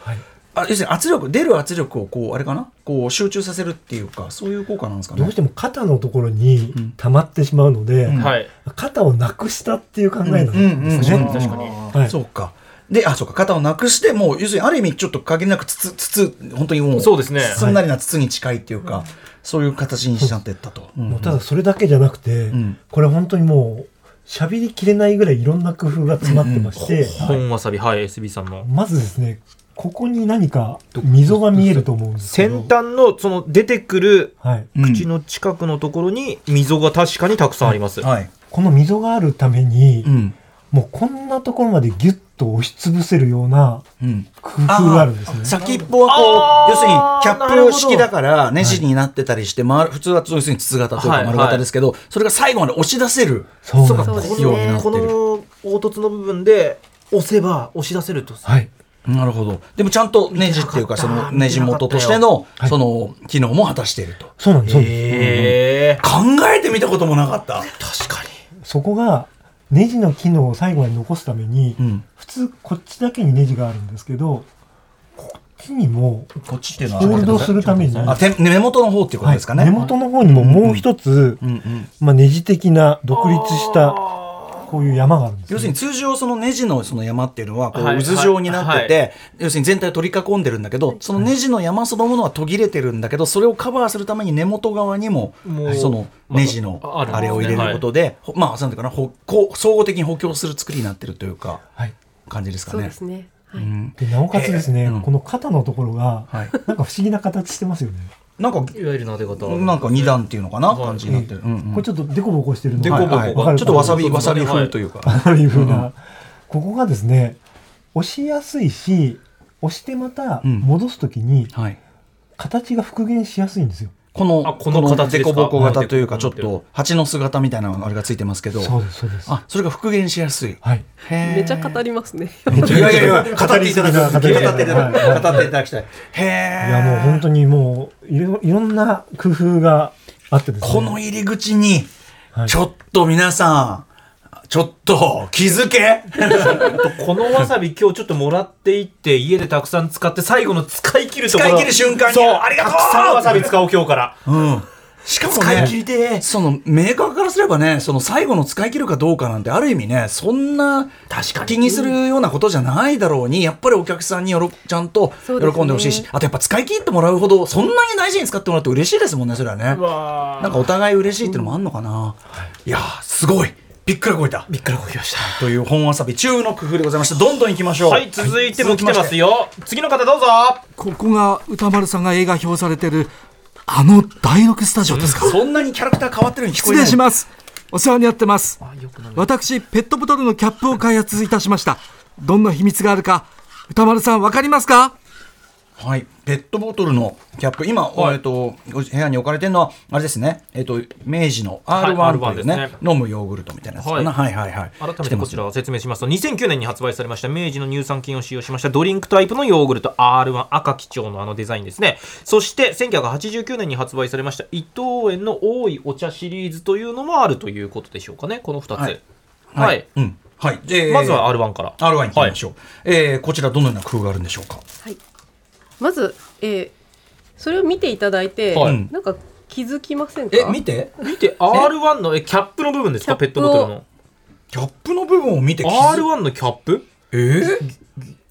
Speaker 1: あ要するに圧力出る圧力をこうあれかなこう集中させるっていうかそういう効果なんですかね。
Speaker 3: どうしても肩のところに溜まってしまうので、
Speaker 1: ん
Speaker 2: はい。
Speaker 3: 肩をなくしたっていう考えなんです
Speaker 1: うんうんうん
Speaker 3: ね。
Speaker 2: 確かに。
Speaker 3: はい
Speaker 1: そうか。で、あ、そうか、肩をなくして、もう、要するに、ある意味、ちょっと限りなく、つつ、つつ、本当にもう、
Speaker 2: そうですね
Speaker 1: すんなりな筒に近いっていうか、そういう形にしちゃってったと。うん
Speaker 3: もうただそれだけじゃなくて、
Speaker 1: ん
Speaker 3: これ本当にもう喋りきれないぐらいいろんな工夫が詰まってまして、
Speaker 2: 本わさび、はい、SB さんの。
Speaker 3: まずですねここに何か溝が見えると思うんですけど
Speaker 2: 先端の、その、出てくる
Speaker 3: はい、
Speaker 1: うん
Speaker 2: 口の近くのところに溝が確かにたくさんあります。
Speaker 1: はい。
Speaker 3: この溝があるために、
Speaker 1: うん。
Speaker 3: もうこんなところまでギュッと押しつぶせるような
Speaker 1: うん。
Speaker 3: 工夫があるんですね。
Speaker 1: 先っぽはこう、要するにキャップ式だからネジになってたりして、ま普通は要するに筒型という
Speaker 2: は
Speaker 1: か
Speaker 2: い
Speaker 1: 丸型ですけど、それが最後まで押し出せる
Speaker 3: そう
Speaker 2: そう
Speaker 3: な
Speaker 2: か、
Speaker 3: ん
Speaker 2: こ
Speaker 3: で
Speaker 4: そうで
Speaker 3: す。
Speaker 4: すね
Speaker 1: ようになって
Speaker 2: こ
Speaker 1: る。
Speaker 2: の凹凸の部分で押せば押し出せると。
Speaker 3: はい、
Speaker 1: なるほど。でもちゃんとネジっていうか、
Speaker 2: 見
Speaker 1: そ
Speaker 2: てなかった
Speaker 1: のネジ元としての
Speaker 3: た、よ
Speaker 1: その機能も果たしていると。
Speaker 3: そうなんです。そうなんです
Speaker 2: へえ。
Speaker 1: 考えてみたこともなかった。
Speaker 2: 確かに。
Speaker 3: そこがネジの機能を最後まで残すために、
Speaker 1: うん。
Speaker 3: 普通こっちだけにネジがあるんですけど、こっちにも
Speaker 1: こっちっていうの
Speaker 3: ホールドするために、
Speaker 1: あ手根元の方っていうことですかね。
Speaker 3: はい根元の方にももう一つ、
Speaker 1: うんうん、
Speaker 3: まあ、ネジ的な独立したこういう山があるんです、ね、
Speaker 1: 要するに通常そのネジのその山っていうのはこう
Speaker 2: はい
Speaker 1: 渦状になってて、要するに全体を取り囲んでるんだけどそのネジの山そのものは途切れてるんだけどそれをカバーするために根元側にも
Speaker 2: もう
Speaker 1: そのネジの
Speaker 2: まああるんです
Speaker 1: あ
Speaker 2: ね
Speaker 1: れを入れることでほまあなんていうかなほこう総合的に補強する作りになってるというか
Speaker 3: はい、
Speaker 1: 感じですか
Speaker 4: そうで
Speaker 1: ね。
Speaker 4: すね。は
Speaker 1: う
Speaker 4: い。
Speaker 1: ん
Speaker 3: でなおかつですね、
Speaker 1: うん
Speaker 3: この肩のところが、
Speaker 1: はい
Speaker 3: なんか不思議な形してますよね、
Speaker 1: なんか
Speaker 2: いわゆる撫で方。
Speaker 1: なんか二段っていうのかな
Speaker 2: はい
Speaker 1: 感じになってる。うんうん
Speaker 3: これちょっとデコボコしてるの
Speaker 1: で
Speaker 3: が
Speaker 1: こうこう
Speaker 3: はい
Speaker 1: こう
Speaker 3: わかる
Speaker 1: ちょっとわさび
Speaker 2: わ
Speaker 1: わ
Speaker 2: か
Speaker 1: さ
Speaker 2: る
Speaker 1: び風というか。
Speaker 3: わさび風な、
Speaker 1: うんう
Speaker 3: ここがですね押しやすいし押してまた
Speaker 1: うん
Speaker 3: 戻すときに
Speaker 1: はい
Speaker 3: 形が復元しやすいんですよ、
Speaker 1: この
Speaker 2: あこの形
Speaker 1: デ
Speaker 2: です
Speaker 1: コ
Speaker 2: か
Speaker 1: ボコ型というか
Speaker 2: はい
Speaker 1: ちょっと蜂の姿みたいなあれがついてますけど
Speaker 3: そうですそうです
Speaker 1: あそれが復元しやすい
Speaker 3: はい
Speaker 1: へー
Speaker 4: めちゃ語りますね。 <laughs>
Speaker 1: いやいやいや語っていただく語
Speaker 3: 語
Speaker 1: って
Speaker 3: り
Speaker 1: い
Speaker 3: すぎ
Speaker 1: ただ
Speaker 3: な
Speaker 1: く
Speaker 3: はい
Speaker 1: 語っていただきたいへえ
Speaker 3: いやもう本当にもういろいろんな工夫があってですね
Speaker 1: この入り口に
Speaker 3: はい
Speaker 1: ちょっと皆さんちょっと気づけ
Speaker 2: このわさび今日ちょっともらっていって家でたくさん使って最後の使い切るところ
Speaker 1: 使い切る瞬間に
Speaker 2: そう
Speaker 1: ありがとう
Speaker 2: たくさんわさび使おう今日から
Speaker 1: うんしかも
Speaker 2: 使い切り
Speaker 1: ね
Speaker 2: てー
Speaker 1: そのメーカーからすればねその最後の使い切るかどうかなんてある意味ねそんな
Speaker 2: 確かに
Speaker 1: 気にするようなことじゃないだろうにやっぱりお客さんによろちゃんと喜
Speaker 4: そうですね
Speaker 1: んでほしいし、あとやっぱ使い切ってもらうほどそんなに大事に使ってもらうと嬉しいですもんねそれはねなんかお互い嬉しいっていうのもあんのかな、いやーすごいびっくらこいた
Speaker 2: びっくらこきました
Speaker 1: という本わさび中の工夫でございましたどんどんいきましょう
Speaker 2: はい続いても来てます
Speaker 1: よ
Speaker 2: よ次の方どうぞ
Speaker 7: ここが歌丸さんが映画表されてるあの第6スタジオですか、
Speaker 1: そんなにキャラクター変わってるように聞こえ
Speaker 7: 失
Speaker 1: ない
Speaker 7: 礼しますお世話になってます私ペットボトルのキャップを開発いたしましたどんな秘密があるか歌丸さんわかりますか
Speaker 1: はい、ペットボトルのキャップ、今、
Speaker 2: はい
Speaker 1: えっと、ご部屋に置かれてるのは、あれですね、えっと、明治の
Speaker 2: い
Speaker 1: R1 というね、
Speaker 2: R1 です
Speaker 1: 飲むヨーグルトみたいなやつかな、はい、はいはいはい
Speaker 2: 改め
Speaker 1: 来
Speaker 2: て
Speaker 1: ま
Speaker 2: こ
Speaker 1: す
Speaker 2: ちらを説明しますと2009年に発売されました明治の乳酸菌を使用しましたドリンクタイプのヨーグルト R1 赤基調のあのデザインですねそして1989年に発売されました伊藤園の多いお茶シリーズというのもあるということでしょうかねこの2つは
Speaker 1: はいい、はい、うん、はい、で
Speaker 2: まずは R1 から
Speaker 1: R1 いきましょう、えーこちら、どのような工夫があるんでしょうか。
Speaker 4: はい。まず、えー、それを見ていただいて、
Speaker 2: はい
Speaker 4: なんか気づきませんか。
Speaker 1: え、見て、
Speaker 2: 見て R1 のえキャップの部分ですか
Speaker 4: キ
Speaker 2: ペ
Speaker 4: ャ
Speaker 2: ッ
Speaker 4: ッ
Speaker 2: ト
Speaker 4: プを
Speaker 2: ボトルの
Speaker 1: キャップの部分を見て気づ、
Speaker 2: R1 のキャップ
Speaker 1: えー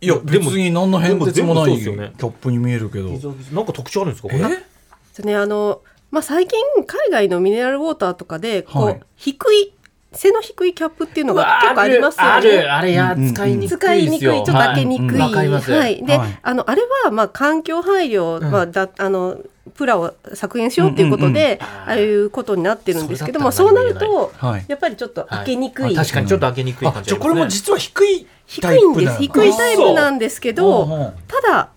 Speaker 1: いや、
Speaker 2: で
Speaker 1: 別
Speaker 2: も
Speaker 1: に何の変哲もな
Speaker 2: でも全部そ
Speaker 1: い
Speaker 2: うです
Speaker 1: キ
Speaker 2: よ
Speaker 1: ャ
Speaker 2: ね
Speaker 1: ップに見えるけど。
Speaker 2: なんか特徴あるんですかこ
Speaker 1: え
Speaker 2: れ
Speaker 4: そうねあのまあ最近海外のミネラルウォーターとかでこう、
Speaker 1: はい
Speaker 4: 低い背の低いキャップっていうのが結構ありますよね。
Speaker 2: あれや使いに
Speaker 4: 使いにくい、ちょっと開けにくい。
Speaker 2: わかります
Speaker 4: はい、で、
Speaker 1: はい
Speaker 4: あの、あれは、まあ、環境配慮、まあ、だ、あの。プラを削減しようっていうことで、ああいうことになってるんですけども、
Speaker 2: そ
Speaker 4: そうう
Speaker 2: だ
Speaker 4: な
Speaker 2: ったら
Speaker 4: ると
Speaker 1: はい、
Speaker 4: やっぱりちょっと開けにくい。
Speaker 2: 確かにちょっと開けにくい
Speaker 1: あ
Speaker 2: 感じ
Speaker 1: じゃあこれも実は低いタ
Speaker 4: 低
Speaker 1: イ
Speaker 4: いん
Speaker 1: プ
Speaker 4: です。
Speaker 1: だ
Speaker 4: 低いタイプなんですけ
Speaker 1: あ
Speaker 4: ど
Speaker 1: そ、
Speaker 4: ただ。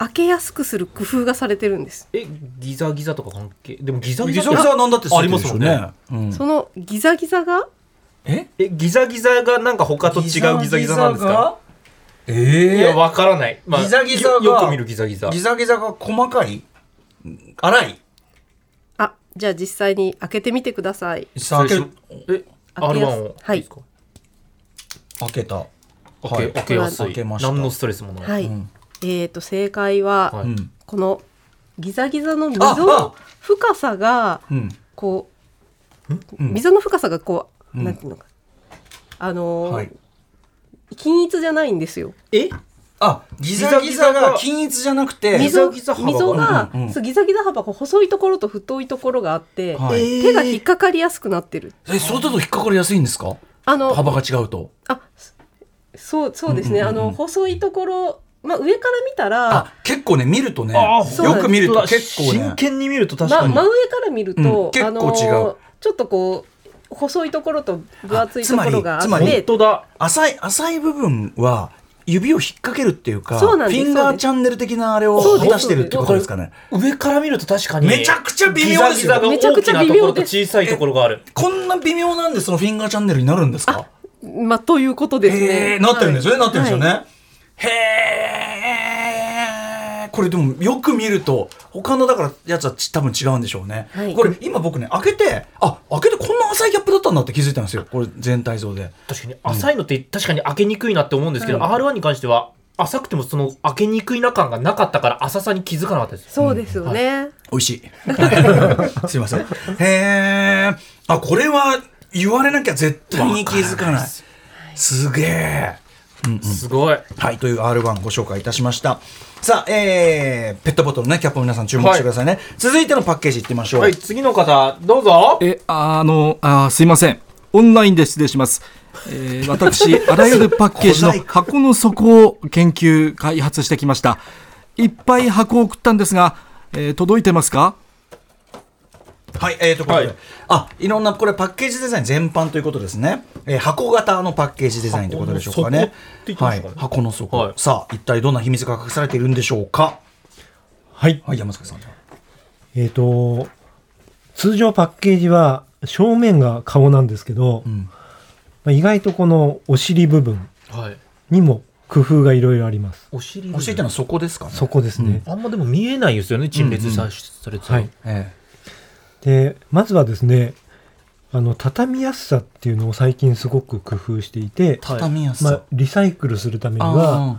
Speaker 4: 開けやすくする工夫がされてるんです。
Speaker 2: えギザギザとか関係でもギザギ
Speaker 1: ギ
Speaker 2: ザ
Speaker 1: ザギザは何だって
Speaker 2: ありますもんね
Speaker 1: うん
Speaker 4: そのギザギザが。
Speaker 2: えギザギザがなんか他と違うギザギザなんですか
Speaker 1: え
Speaker 2: い
Speaker 1: ー
Speaker 2: やわからないまあ
Speaker 1: ギザギザが
Speaker 2: よよく見るギザギザ
Speaker 1: ギザギザが細かい粗い
Speaker 4: じゃあ実際に開けてみてください
Speaker 1: さあ開ける
Speaker 2: え、
Speaker 4: 開
Speaker 2: R1
Speaker 4: けやす
Speaker 2: を。
Speaker 4: はい
Speaker 2: ですか
Speaker 1: 開けた
Speaker 2: 開け、
Speaker 1: はい
Speaker 2: 開けやすい。
Speaker 1: 開けました
Speaker 2: 何のストレスもない。
Speaker 4: はい、えっ、と正解は、
Speaker 2: はい
Speaker 1: うん
Speaker 4: このギザギザの溝
Speaker 1: ああ
Speaker 4: の深さが
Speaker 1: うん
Speaker 4: こう
Speaker 1: うん
Speaker 4: 溝の深さがこう、
Speaker 1: うん
Speaker 4: なんていうのかあのー
Speaker 1: はい
Speaker 4: 均一じゃないんですよ
Speaker 2: え、
Speaker 1: あギザギザ
Speaker 2: ギザギザ
Speaker 1: が
Speaker 2: が
Speaker 1: 均一じゃなくて
Speaker 4: 溝
Speaker 2: ギザギザ幅が
Speaker 4: 溝が、
Speaker 1: うんうんうん
Speaker 4: そうギザギザ幅こう細いところと太いところがあって、
Speaker 1: はい
Speaker 4: 手が引っかかりやすくなってる
Speaker 1: えそれだと引っかかりやすいんですか
Speaker 4: あの
Speaker 1: 幅が違うと
Speaker 4: あそそうそうですね、
Speaker 1: うんうんうんうん
Speaker 4: あの細いところ、まあ、上から見たら
Speaker 1: あ結構ね見るとね
Speaker 2: あ
Speaker 4: そう
Speaker 1: よく見ると
Speaker 2: 本当だ
Speaker 1: 結構ね
Speaker 2: 真剣に見ると確か
Speaker 4: ま、
Speaker 2: に。
Speaker 4: 真上から見る
Speaker 1: う
Speaker 4: と、
Speaker 1: ん結構
Speaker 4: あのー
Speaker 1: 違う
Speaker 4: ちょっとこう細いところと分厚いところがあ
Speaker 1: あつ
Speaker 4: っ
Speaker 1: まり
Speaker 4: て
Speaker 2: 本当だ。
Speaker 1: 浅い浅い部分は指を引っ掛けるっていうか
Speaker 4: そうなんです
Speaker 1: フィン
Speaker 4: そ
Speaker 1: ガー
Speaker 4: うです
Speaker 1: チャンネル的なあれを
Speaker 4: そうです
Speaker 1: 果たしてるってことですかね
Speaker 2: 上から見ると確かに。
Speaker 1: めちゃくちゃ微妙ですよ
Speaker 2: ギザギザが
Speaker 4: めちゃ
Speaker 2: 大
Speaker 4: くち
Speaker 2: き
Speaker 4: ゃ
Speaker 2: な
Speaker 4: 微
Speaker 2: ところ
Speaker 4: 妙
Speaker 2: と
Speaker 4: で
Speaker 2: 小
Speaker 4: す
Speaker 2: さいところがある。
Speaker 1: こんな微妙なんでそのフィンガーチャンネルになるんですか
Speaker 4: まあ、ということですね。
Speaker 1: へえなってるんですよね、
Speaker 4: はい
Speaker 1: なってるんですよね、
Speaker 4: はい
Speaker 1: へえこれでもよく見ると他のだからやつはち多分違うんでしょうね、
Speaker 4: はい
Speaker 1: これ今僕ね開けてあ開けてこんな浅いギャップだったんだって気づいたんですよこれ全体像で
Speaker 2: 確かに浅いのって確かに開けにくいなって思うんですけど、
Speaker 4: うん
Speaker 2: R1 に関しては浅くてもその開けにくいな感がなかったから浅さに気づかなかったです。
Speaker 4: そうですよね。
Speaker 1: 美味し
Speaker 4: <laughs>
Speaker 1: いはいすいませんへえあこれは言われなきゃ絶対に気づかないすげえ
Speaker 2: すごい。
Speaker 1: はい、という R1 ご紹介いたしました。さあ、えー、ペットボトルの、ね、キャップを皆さん注目してくださいね。続いてのパッケージいってみましょう。
Speaker 2: はい、次の方、どうぞ。
Speaker 7: え、あの、あすいません。オンラインで失礼します。えー私、 <laughs> あらゆるパッケージの箱の底を研究、開発してきました。いっぱい箱を送ったんですが、えー届いてますか
Speaker 1: はい、えーと、これ、
Speaker 2: はい
Speaker 1: あ、いろんな、これパッケージデザイン全般ということですね。えー箱型のパッケージデザインということでしょうかね。
Speaker 2: 箱の底
Speaker 1: は
Speaker 2: って言ってました
Speaker 1: い
Speaker 2: かね、
Speaker 1: 箱の底、
Speaker 2: はい
Speaker 1: さあ、一体どんな秘密が隠されているんでしょうか。
Speaker 3: はい。
Speaker 1: はい、山塚さん。
Speaker 3: えっ、と、通常パッケージは正面が顔なんですけど、
Speaker 1: うん。
Speaker 3: まあ意外とこのお尻部分
Speaker 2: はい。
Speaker 3: にも工夫がいろいろあります。
Speaker 2: お尻
Speaker 1: 教えてるのはそこですかね。
Speaker 3: そこですね。
Speaker 2: あんまでも見えないですよね、陳列されてたら
Speaker 3: はい。
Speaker 1: え
Speaker 3: で、まずはですね、あの、畳みやすさっていうのを最近すごく工夫してい
Speaker 1: ー、
Speaker 3: て、
Speaker 1: 畳みやす
Speaker 3: ま
Speaker 1: さ。
Speaker 3: あ、リサイクルするためには、
Speaker 1: あ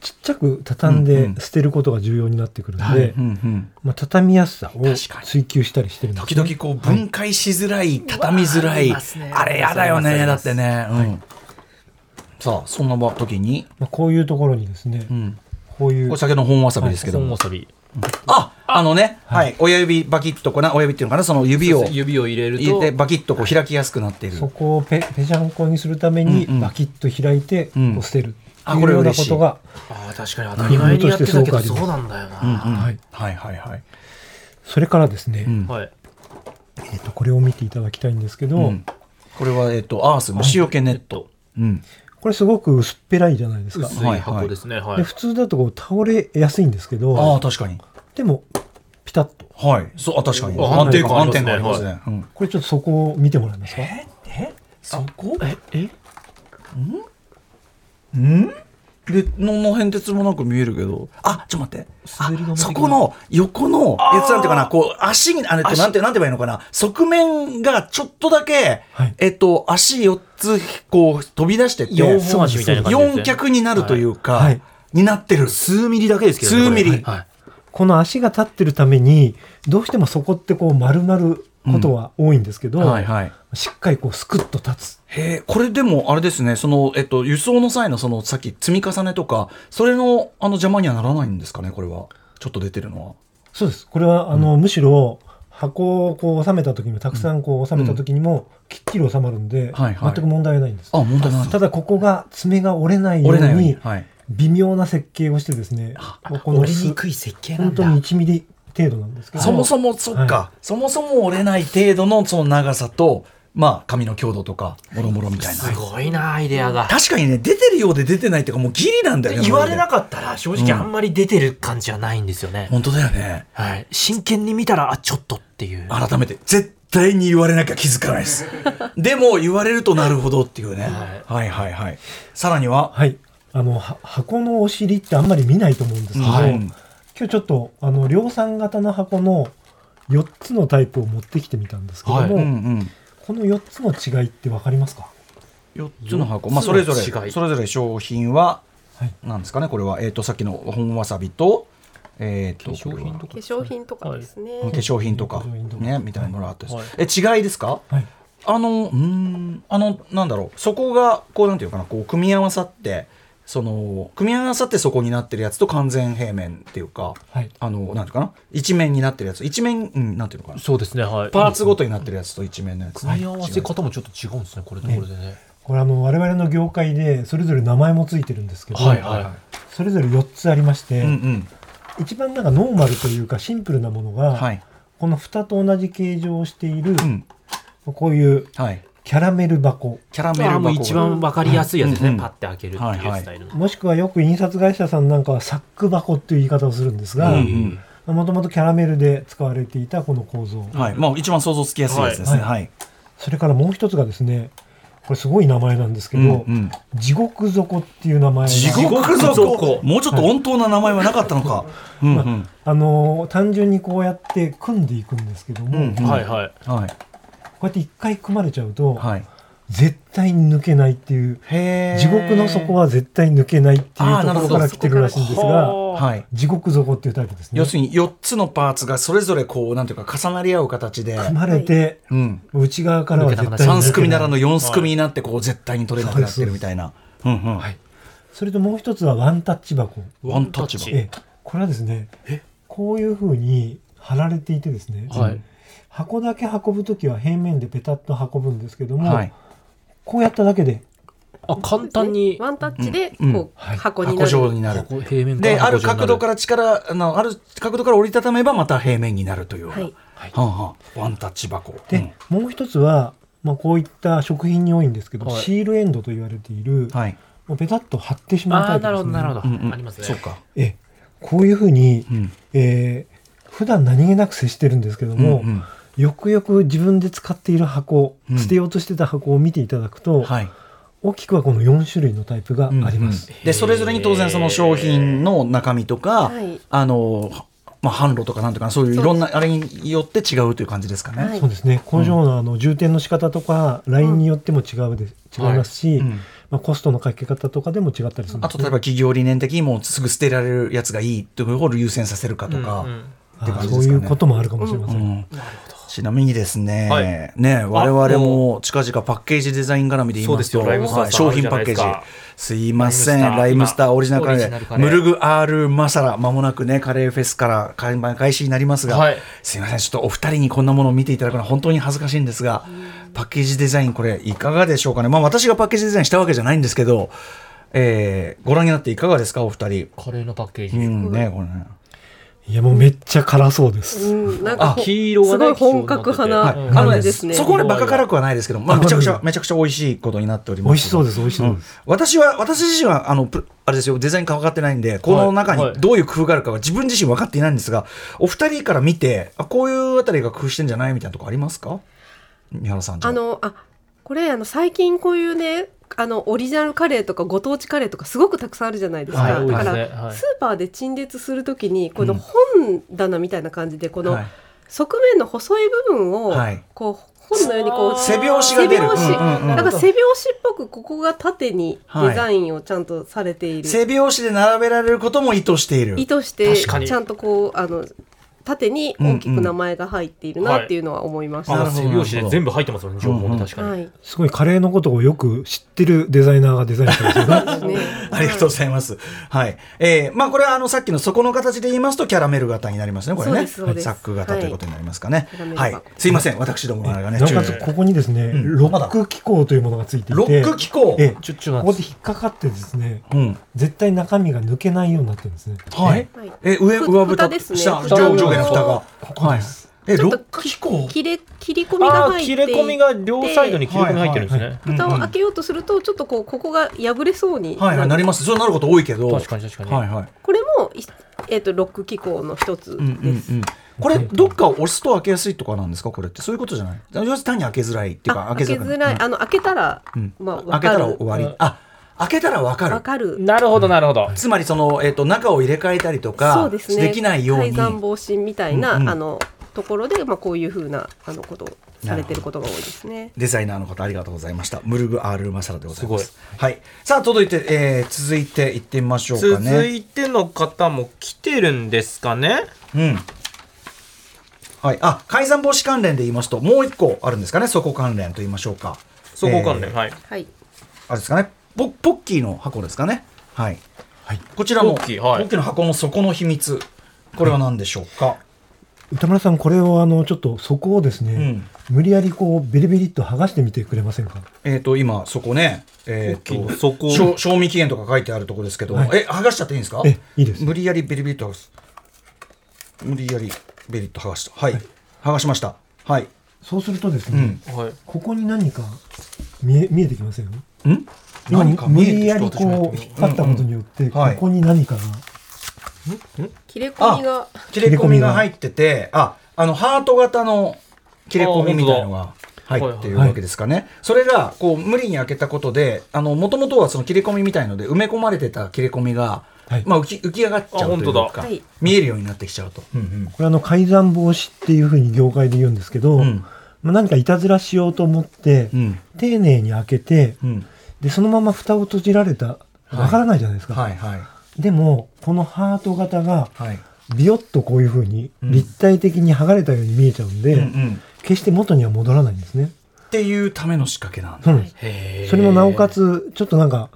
Speaker 3: ちっちゃく畳ん
Speaker 1: うん
Speaker 3: で
Speaker 1: うん
Speaker 3: 捨てることが重要になってくるので、
Speaker 1: ーうんうん。
Speaker 3: まあ、畳みやすさ
Speaker 1: 確
Speaker 3: を
Speaker 1: かに
Speaker 3: 追求したりしてるんです、
Speaker 1: 時々こう分解しづらい、畳みづらい、あれやだよねだってね、うんさあそんな時に、
Speaker 3: まあ、こういうところにですね、
Speaker 1: うん、
Speaker 3: こういう
Speaker 1: これ先ほどの本わさびですけども、
Speaker 2: 本わさび。
Speaker 1: ああのね、はい、親指バキッとこうな親指っていうのかなその指を
Speaker 2: 指を入れると。
Speaker 1: 入れてバキッとこう開きやすくなっている
Speaker 3: そこをペペジャンコにするために
Speaker 1: うんうん
Speaker 3: バキッと開いて
Speaker 1: うん
Speaker 3: こう捨てるって
Speaker 1: あ
Speaker 3: い
Speaker 1: こ
Speaker 3: う
Speaker 1: れ
Speaker 3: ような
Speaker 1: 嬉
Speaker 3: こ
Speaker 1: しい
Speaker 3: とが、
Speaker 2: ああ、確かに当たり前にやってたけど、そうなんだよ
Speaker 1: うんうん
Speaker 2: な。
Speaker 1: はい、はいはいはい
Speaker 3: それからですね、
Speaker 1: うん
Speaker 2: はい。
Speaker 3: えっとこれを見ていただきたいんですけど、
Speaker 1: うんこれはえっ、とアース虫除けネット、うん
Speaker 3: これすごく薄っぺらいじゃないですか。
Speaker 2: 薄い箱ですね。は
Speaker 3: で
Speaker 2: い。
Speaker 3: 普通だとこう倒れやすいんですけ
Speaker 1: ああ
Speaker 3: ど
Speaker 1: 確かに
Speaker 3: でもピタッと
Speaker 1: はいそうあ確かに
Speaker 2: あ
Speaker 1: 安定感安
Speaker 2: 安
Speaker 1: 定感
Speaker 2: 定
Speaker 1: あ
Speaker 2: 感あ
Speaker 1: り
Speaker 2: り
Speaker 1: ま
Speaker 2: ますす
Speaker 1: ね
Speaker 2: ね
Speaker 1: うん
Speaker 3: これちょっとそこを見てもらえますか
Speaker 1: そこ
Speaker 2: え、え、
Speaker 1: んでのの変哲もなんか見えるけどあちょっと待って
Speaker 2: 滑り止め的
Speaker 1: あそ
Speaker 2: な
Speaker 1: この横のえつなんていうかなこう足にあれってなんてなんて言えばいいのかな側面がちょっとだけ、
Speaker 3: はい
Speaker 1: えっと足4つこう飛び出してて
Speaker 2: 四本足みたいな感じですね
Speaker 1: 四脚になるというか、
Speaker 3: はい
Speaker 1: になってる
Speaker 2: 数ミリだけですけどね。
Speaker 1: 数ミリ
Speaker 2: これはい。
Speaker 3: この足が立ってるためにどうしてもそこってこう丸まることは多いんですけど、
Speaker 1: はいはい
Speaker 3: しっかりこうスクッと立つ
Speaker 1: へえこれでもあれですねその、えっと、輸送の際のそのさっき積み重ねとかそれのあの邪魔にはならないんですかねこれはちょっと出てるのは。
Speaker 3: そうですこれはあの、むしろ箱をこう収めた時にもたくさんこう収めた時にもきっちり収まるんで、
Speaker 1: はいはい
Speaker 3: 全く問題はないんです、
Speaker 1: あ問題ない
Speaker 3: ただここが爪が折れないよう
Speaker 1: 折れないように
Speaker 3: に
Speaker 1: はい
Speaker 3: 微妙な設計をしてですねこのす
Speaker 2: い設計
Speaker 3: 本当に1ミリ程度なんですけど
Speaker 1: そもそもそっか、
Speaker 3: は
Speaker 1: そもそも折れない程度のその長さと、まあ、髪の強度とかもろもろみたいな、
Speaker 2: すごいな、アイデアが。
Speaker 1: 確かにね出てるようで出てないっていうかもうギリなんだよね
Speaker 2: 言われな
Speaker 1: く
Speaker 2: かったら正直あんまり出てる感じはないんですよね、
Speaker 1: 本当だよね
Speaker 2: はい、真剣に見たらあちょっとっていう
Speaker 1: 改めて絶対に言われなきゃ気づかないですでも言われるとなるほどっていうね、はい、はいはいさらには、
Speaker 3: はいあのは箱のお尻ってあんまり見ないと思うんですけど、
Speaker 1: はい
Speaker 3: 今日ちょっとあの量産型の箱の4つのタイプを持ってきてみたんですけども、
Speaker 1: うんうん
Speaker 3: この4つの違いって分かりますか
Speaker 1: 4つの箱、まあ、それぞれ
Speaker 2: 四つの違い
Speaker 1: それぞれ商品は
Speaker 3: はい
Speaker 1: なんですかねこれは、えー、とさっきの本わさびと,、えー、と
Speaker 2: 商品
Speaker 1: こ
Speaker 2: とか
Speaker 4: 化粧品とかですね、
Speaker 1: れは化粧品とか、
Speaker 3: 化粧品とか
Speaker 1: ね、みたいなものがあったりする
Speaker 2: はい
Speaker 1: え違いですか
Speaker 3: はい
Speaker 1: あのうーんあのなんだろうそこがこうなんていうかなこう組み合わさってその組み合わさってそこになってるやつと完全平面っていうか
Speaker 3: はい
Speaker 1: あのなんていうかな一面になってるやつ一面、うん、なんていうのかな
Speaker 2: そうですねはい
Speaker 1: パーツごとになってるやつと一面のやつ、
Speaker 2: 組み合わせ方もちょっと違うんですねこれとこれでね
Speaker 3: これあの我々の業界でそれぞれ名前もついてるんですけど、
Speaker 2: はいはい
Speaker 3: それぞれ4つありまして、
Speaker 1: うんうん
Speaker 3: 一番なんかノーマルというかシンプルなものが、
Speaker 1: はい
Speaker 3: この蓋と同じ形状をしている、
Speaker 1: うん
Speaker 3: こういう
Speaker 1: はい
Speaker 3: キャラメル箱
Speaker 1: キャラメル
Speaker 2: あー
Speaker 1: 箱
Speaker 2: もう一番わかりやすいやつです
Speaker 1: う
Speaker 2: ね
Speaker 1: ん
Speaker 2: パッて開けるっていうスタイルの
Speaker 3: もしくはよく印刷会社さんなんかはサック箱っていう言い方をするんですが
Speaker 1: うんうん
Speaker 3: もともとキャラメルで使われていたこの構造
Speaker 1: はい、まあ一番想像つきやすいやつですね。
Speaker 3: は
Speaker 1: は
Speaker 3: い
Speaker 1: い。
Speaker 3: それからもう一つがですねこれすごい名前なんですけ
Speaker 1: うん
Speaker 3: ど、
Speaker 1: うん
Speaker 3: 地獄底っていう名前が
Speaker 1: 地獄底。もうちょっと温当な名前はなかったのか。うんうん。
Speaker 3: あのー単純にこうやって組んでいくんですけども、
Speaker 1: うんうん
Speaker 3: こ
Speaker 2: はいはい
Speaker 1: はい。
Speaker 3: うやって一回組まれちゃうと、
Speaker 1: はい。
Speaker 3: 絶対に抜けないっていう
Speaker 1: へ
Speaker 3: 地獄の底。は絶対抜けないっていう
Speaker 1: あー
Speaker 3: と
Speaker 1: な
Speaker 3: こ
Speaker 1: るほ
Speaker 3: ろ
Speaker 1: ど
Speaker 3: から来てるらしいんですが
Speaker 1: はい。
Speaker 3: 地獄底っていうタイプですね。
Speaker 1: 要するに四つのパーツがそれぞれこうなんていうか重なり合う形で、
Speaker 3: 組まれて、
Speaker 1: うん。
Speaker 3: 内側からは絶対に抜けない
Speaker 1: 三すくみならぬ四すくみになってこう絶対に取れなくなってるみたいな。うんうん。はい。
Speaker 3: それともう一つはワンタッチ箱。
Speaker 1: ワンタッチ
Speaker 3: ええこれはですねこういうふうに貼られていてですね、
Speaker 2: はい
Speaker 3: 箱だけ運ぶときは平面でペタッと運ぶんですけども、
Speaker 1: はい。
Speaker 3: こうやっただけで
Speaker 2: あ簡単に
Speaker 4: ワンタッチでこう、
Speaker 1: うんうん
Speaker 3: はい
Speaker 4: 箱に
Speaker 1: 箱
Speaker 4: なる、
Speaker 1: 状になる。
Speaker 2: ここ平面から
Speaker 1: で、ある角度
Speaker 2: か
Speaker 1: から力、あの、ある角度から折りたためばまた平面になるというような。
Speaker 4: はい
Speaker 1: はい。はんはん。ワンタッチ箱。
Speaker 3: で、もう一つは、まあ、こういった食品に多いんですけど、
Speaker 2: はい
Speaker 3: シールエンドと言われている、
Speaker 1: うんはい。
Speaker 3: もうペタッと貼ってしまう
Speaker 2: あ
Speaker 3: タ
Speaker 2: あ
Speaker 3: イプ
Speaker 2: な
Speaker 3: で
Speaker 2: るほどな
Speaker 3: すね
Speaker 2: るほ
Speaker 1: うんう
Speaker 2: ど
Speaker 1: ん
Speaker 2: ありますね
Speaker 1: そうか。
Speaker 3: ええこういうふうに、
Speaker 1: うん。
Speaker 3: えー普段何気なく接してるんですけども、
Speaker 1: うんうん
Speaker 3: よくよく自分で使っている箱、
Speaker 1: うん
Speaker 3: 捨てようとしてた箱を見ていただくと、
Speaker 1: はい。
Speaker 3: 大きくはこの4種類のタイプがあります。
Speaker 1: うんうんでそれぞれに当然その商品の中身とか、
Speaker 4: はい
Speaker 1: あのまあ販路とかなんとかそういういろんなあれによって違うという感じですかね。
Speaker 4: はい
Speaker 3: そうですね工場のあの充填の仕方とか、ラインによっても違うで違いますし、
Speaker 1: うん
Speaker 3: まあ、コストのかけ方とかでも違ったりするん
Speaker 1: あ
Speaker 3: で
Speaker 1: と
Speaker 3: す
Speaker 1: 例えば企業理念的にもうすぐ捨てられるやつがいいという方を優先させるかとか、
Speaker 2: うんうん
Speaker 1: って感じ
Speaker 3: そ
Speaker 1: で
Speaker 3: う
Speaker 1: す
Speaker 3: い
Speaker 1: かね
Speaker 3: うこともあるかもしれません、
Speaker 1: うんちなみにですね、
Speaker 2: はい
Speaker 1: ね我々
Speaker 2: も
Speaker 1: も近々パッケージデザイン絡みで言いますと
Speaker 2: そうですよライムスター
Speaker 1: はい
Speaker 2: さん
Speaker 1: 商
Speaker 2: ある
Speaker 1: 品
Speaker 2: じゃ
Speaker 1: パ
Speaker 2: ない
Speaker 1: ッケー
Speaker 2: です
Speaker 1: ジ
Speaker 2: か
Speaker 1: すいません
Speaker 2: ライムスター
Speaker 1: ライムスターオリジナルカレ
Speaker 2: オリジナル
Speaker 1: ー
Speaker 2: カレー
Speaker 1: ムルグアールマサラまもなくねカレーフェスから開幕開始になりますが、
Speaker 2: はい
Speaker 1: すいませんちょっとお二人にこんなものを見ていただくのは本当に恥ずかしいんですがパッケージデザインこれいかがでしょうかねまあ私がパッケージデザインしたわけじゃないんですけど、えーご覧になっていかがですかお二人
Speaker 2: カレーのパッケー
Speaker 1: う
Speaker 2: ジ
Speaker 1: んねこれね
Speaker 3: いやもうめっちゃ辛そうです、
Speaker 4: うん、なんか
Speaker 2: あ
Speaker 4: ほ
Speaker 2: 黄色がね
Speaker 4: すごい本格派
Speaker 2: あ
Speaker 4: な
Speaker 1: はい、あの
Speaker 4: 感
Speaker 1: ね
Speaker 4: じですね。
Speaker 1: そこね、バカ辛くはないですけど、まあ、めちゃくちゃ、めちゃくちゃ美味しいことになっております。。
Speaker 3: 美味しそうですす美味しそうです、
Speaker 1: 私は、私自身は、あの、プあれですよ、デザイン分かってないんで、この中
Speaker 2: は
Speaker 1: に
Speaker 2: い
Speaker 1: どういう工夫があるかは自分自身分かっていないんですが、お二人から見て、あこういうあたりが工夫してんじゃないみたいなとこありますか三原さんじゃ
Speaker 4: あのあこれあの最近こういうねあのオリジナルカレーとかご当地カレーとかすごくたくさんあるじゃないですか、
Speaker 2: はい
Speaker 4: だか
Speaker 2: 多
Speaker 4: ら、
Speaker 2: いですねはい
Speaker 4: スーパーで陳列するときにこ
Speaker 1: う
Speaker 4: の
Speaker 1: ん
Speaker 4: 本棚みたいな感じでこの
Speaker 1: はい
Speaker 4: 側面の細い部分を
Speaker 1: はい
Speaker 4: こう本のようにこう
Speaker 1: 背表紙が出る。
Speaker 4: 背表紙
Speaker 1: うんうんうん
Speaker 4: なんか背表紙っぽくここが縦にデザインをちゃんとされている、
Speaker 1: 背表紙で並べられることも意図している。
Speaker 4: 意図して
Speaker 2: 確かに
Speaker 4: ちゃんとこうあの縦に大きく名前が入っているなっていうのは思いました。
Speaker 1: な
Speaker 2: あ
Speaker 1: るほど
Speaker 2: 背拍子で全部入ってますもんね情報も確かに
Speaker 4: はい
Speaker 3: すごいカレーのことをよく知ってるデザイナーがデザインしたんですよね
Speaker 4: ね
Speaker 1: ありがとうございます。はい。えー、まあこれはあのさっきの底の形で言いますとキャラメル型になりますね、これ
Speaker 4: そう
Speaker 1: ね。
Speaker 4: ですそうです
Speaker 1: サック型ということになりますかね
Speaker 4: キャラ。メル
Speaker 1: は
Speaker 4: 箱
Speaker 1: い。すいません、私どものあれ <laughs> がね、
Speaker 3: なお
Speaker 1: 注意
Speaker 3: かつここにですね、
Speaker 1: ん
Speaker 3: ロック機構というものがついていて
Speaker 1: ロック機構。
Speaker 3: ええ
Speaker 2: ちょちょ待
Speaker 3: ここ
Speaker 2: って
Speaker 3: で引っかかってですね
Speaker 1: うん。
Speaker 3: 絶対中身が抜けないようになってるんですね
Speaker 1: はい。
Speaker 4: はい
Speaker 1: え、上、
Speaker 4: ふ
Speaker 1: 上
Speaker 4: 蓋
Speaker 1: 蓋
Speaker 4: です
Speaker 1: と
Speaker 4: ね
Speaker 1: 下、
Speaker 4: 蓋
Speaker 1: 上
Speaker 4: の
Speaker 1: 上下の蓋が。
Speaker 3: ここです、
Speaker 1: え、
Speaker 4: ちょ
Speaker 1: ロ
Speaker 4: っと
Speaker 1: ック機構
Speaker 4: 切れ切り込み
Speaker 2: あ
Speaker 4: が
Speaker 2: ー
Speaker 4: 入って
Speaker 2: 切
Speaker 4: いて
Speaker 2: れ込みが両サイドに切れ込みが入ってるんですね、
Speaker 3: はい
Speaker 4: 蓋を開けようとするとちょっとこうここが破れそうに
Speaker 1: はいはい、なります。そうなること多いけど。
Speaker 2: 確かに確かに、
Speaker 1: はいはい。
Speaker 4: これもいえっ、とロック機構の一つです。
Speaker 1: うんうんうんこれ、どっかを押すと開けやすいとかなんですかこれって。そういうことじゃない要するに単に開けづらいっていうか、
Speaker 4: あ開け
Speaker 1: く
Speaker 4: づらい、あの開けたら、
Speaker 1: うん
Speaker 4: まあ
Speaker 1: 開
Speaker 4: わ
Speaker 1: け
Speaker 4: か
Speaker 1: たら
Speaker 4: る
Speaker 1: 終わり。あ、開けたらわかる
Speaker 4: わ。かる。
Speaker 2: なるほどなるほど、
Speaker 1: つまりその、えー、と中を入れ替えたりと
Speaker 4: そ
Speaker 1: か
Speaker 4: うですね。
Speaker 1: きないように
Speaker 4: 改ざん防止みたいな、
Speaker 1: うんうん
Speaker 4: あのところで、まあ、こういうふうなあのことをされてることが多いですね。
Speaker 1: デザイナーの方ありがとうございました。ムルグ・アール・マサラでございます。はい。さあ、届いて、えー続いていってみましょうかね。
Speaker 2: 続いての方も来てるんですかね
Speaker 1: うん。はい。あ、改ざん防止関連で言いますと、もう一個あるんですかね、そこ関連と言いましょうか。
Speaker 2: そこ関連、
Speaker 1: えー
Speaker 2: はい
Speaker 4: はい、
Speaker 1: あれですかね、ポポッキーの箱ですかね。はい。こちらも、
Speaker 2: ポ
Speaker 1: ポ
Speaker 2: ッ
Speaker 1: ッ
Speaker 2: キ
Speaker 1: キ
Speaker 2: ー
Speaker 1: ー、
Speaker 2: はい
Speaker 1: の箱の底の秘密。これは何でしょうか。
Speaker 3: 歌丸さん、これをあのちょっとそこをですね、無理やりこうベリベリっと剥がしてみてくれませんか。
Speaker 1: えっ、と、今、そこね、えっ、
Speaker 2: ポッキーの
Speaker 1: と、
Speaker 2: 底
Speaker 1: 賞賞味期限とか書いてあるところですけど、
Speaker 3: はい
Speaker 1: え、剥がしちゃっていいんですか
Speaker 3: えいいです
Speaker 1: 無理やりベリベリっと剥がす。無理やりベリッと剥がした。はい。剥がしました。はい。
Speaker 3: そうするとです
Speaker 1: う
Speaker 3: ね、
Speaker 1: ん。
Speaker 2: はい
Speaker 3: ここに何か見え見えてきません
Speaker 1: ん
Speaker 3: 今
Speaker 1: 何か見
Speaker 3: 無
Speaker 1: えてきた
Speaker 3: 理やりこう引っ張ったことによって、
Speaker 1: んはい
Speaker 3: ここに何かが、
Speaker 4: 切れ込みが
Speaker 1: 切れ込みが入ってて、あ、あの、ハート型の切れ込みみたいなのが入っているわけですかね。それが、こう、無理に開けたことで、あの、もともとはその切れ込みみたいので、埋め込まれてた切れ込みが、
Speaker 3: はい
Speaker 1: まあ浮き、浮き上がっちゃうという
Speaker 2: あ本当
Speaker 4: だ
Speaker 1: か
Speaker 4: はい、
Speaker 1: 見えるようになってきちゃうと。うん
Speaker 3: これあの改ざん防止っていうふうに業界で言うんですけど、
Speaker 1: うん
Speaker 3: まあ、何かいたずらしようと思って、
Speaker 1: うん。うん。
Speaker 3: 丁寧に開けて
Speaker 1: うん。
Speaker 3: でそのまま蓋を閉じられた
Speaker 1: い
Speaker 3: わからないじゃないですか、
Speaker 1: はいはい。
Speaker 3: でもこのハート型が
Speaker 1: はい。
Speaker 3: ビヨッとこういうふうに
Speaker 1: うん
Speaker 3: 立体的に剥がれたように見えちゃうんで、
Speaker 1: うんうん。
Speaker 3: 決して元には戻らないんですね。
Speaker 1: っていうための仕掛けなんだ。
Speaker 3: そうなんですそれもなおかつちょっとなんか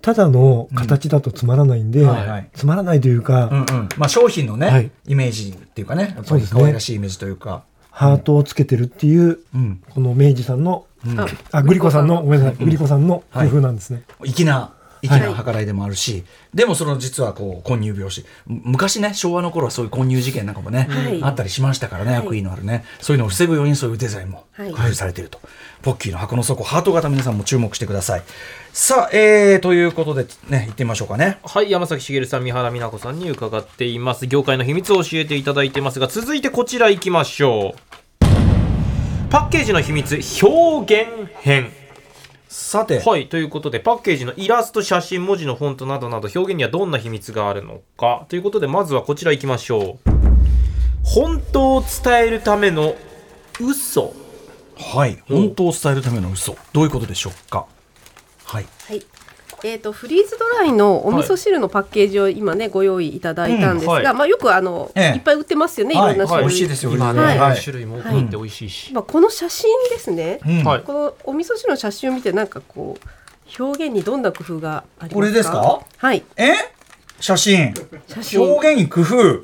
Speaker 3: ただの形だとつまらないんで、
Speaker 1: うんはいはい
Speaker 3: つまらないというか、
Speaker 1: うんうん。まあ、商品のね、
Speaker 3: はい
Speaker 1: イメージっていうかね、やっぱ
Speaker 3: そう
Speaker 1: り
Speaker 3: ですね
Speaker 1: 可愛らしいイメージというか。
Speaker 3: ハートをつけてるっていう
Speaker 1: うん。
Speaker 3: この明治さんの
Speaker 1: うん
Speaker 4: あ
Speaker 3: あグリコさんのごめんなさいグリコさんの工夫なんですね、
Speaker 1: 粋な粋な計らいでもあるし、でもその実はこう混入病死む昔ね昭和の頃はそういう混入事件なんかもね、
Speaker 4: はい
Speaker 1: あったりしましたからね、
Speaker 4: はい
Speaker 1: 悪意のあるねそういうのを防ぐようにそういうデザインも
Speaker 4: はい
Speaker 1: 工夫されていると、ポッキーの箱の底ハート型皆さんも注目してくださいさあ、えー、ということでね行ってみましょうかね
Speaker 2: はい、山崎茂さん、三原美奈子さんに伺っています。業界の秘密を教えていただいてますが、続いてこちら行きましょう。パッケージの秘密、表現編。
Speaker 1: さて、
Speaker 2: はい、ということで、パッケージのイラスト、写真、文字のフォントなどなど、表現にはどんな秘密があるのか。ということで、まずはこちら行きましょう。本当を伝えるための嘘。
Speaker 1: はい、本当を伝えるための嘘どういうことでしょうかはい
Speaker 4: はい。えー、とフリーズドライのお味噌汁のパッケージを今ねご用意いただいたんですが、
Speaker 2: うんはい
Speaker 4: まあ、よくあの、
Speaker 1: ええ
Speaker 4: いっぱい売ってますよね、
Speaker 1: はい
Speaker 4: い、ろんな種類、
Speaker 1: 美味しいですよ
Speaker 2: 今ね、
Speaker 4: はい
Speaker 1: はい
Speaker 2: 種類も多くって美味しいし。
Speaker 4: 今この写真ですね、
Speaker 1: うん
Speaker 2: はい
Speaker 4: このお味噌汁の写真を見てなんかこう表現にどんな工夫がありますか
Speaker 1: これですか
Speaker 4: はい
Speaker 1: え写真
Speaker 4: 写真
Speaker 1: 表現に工夫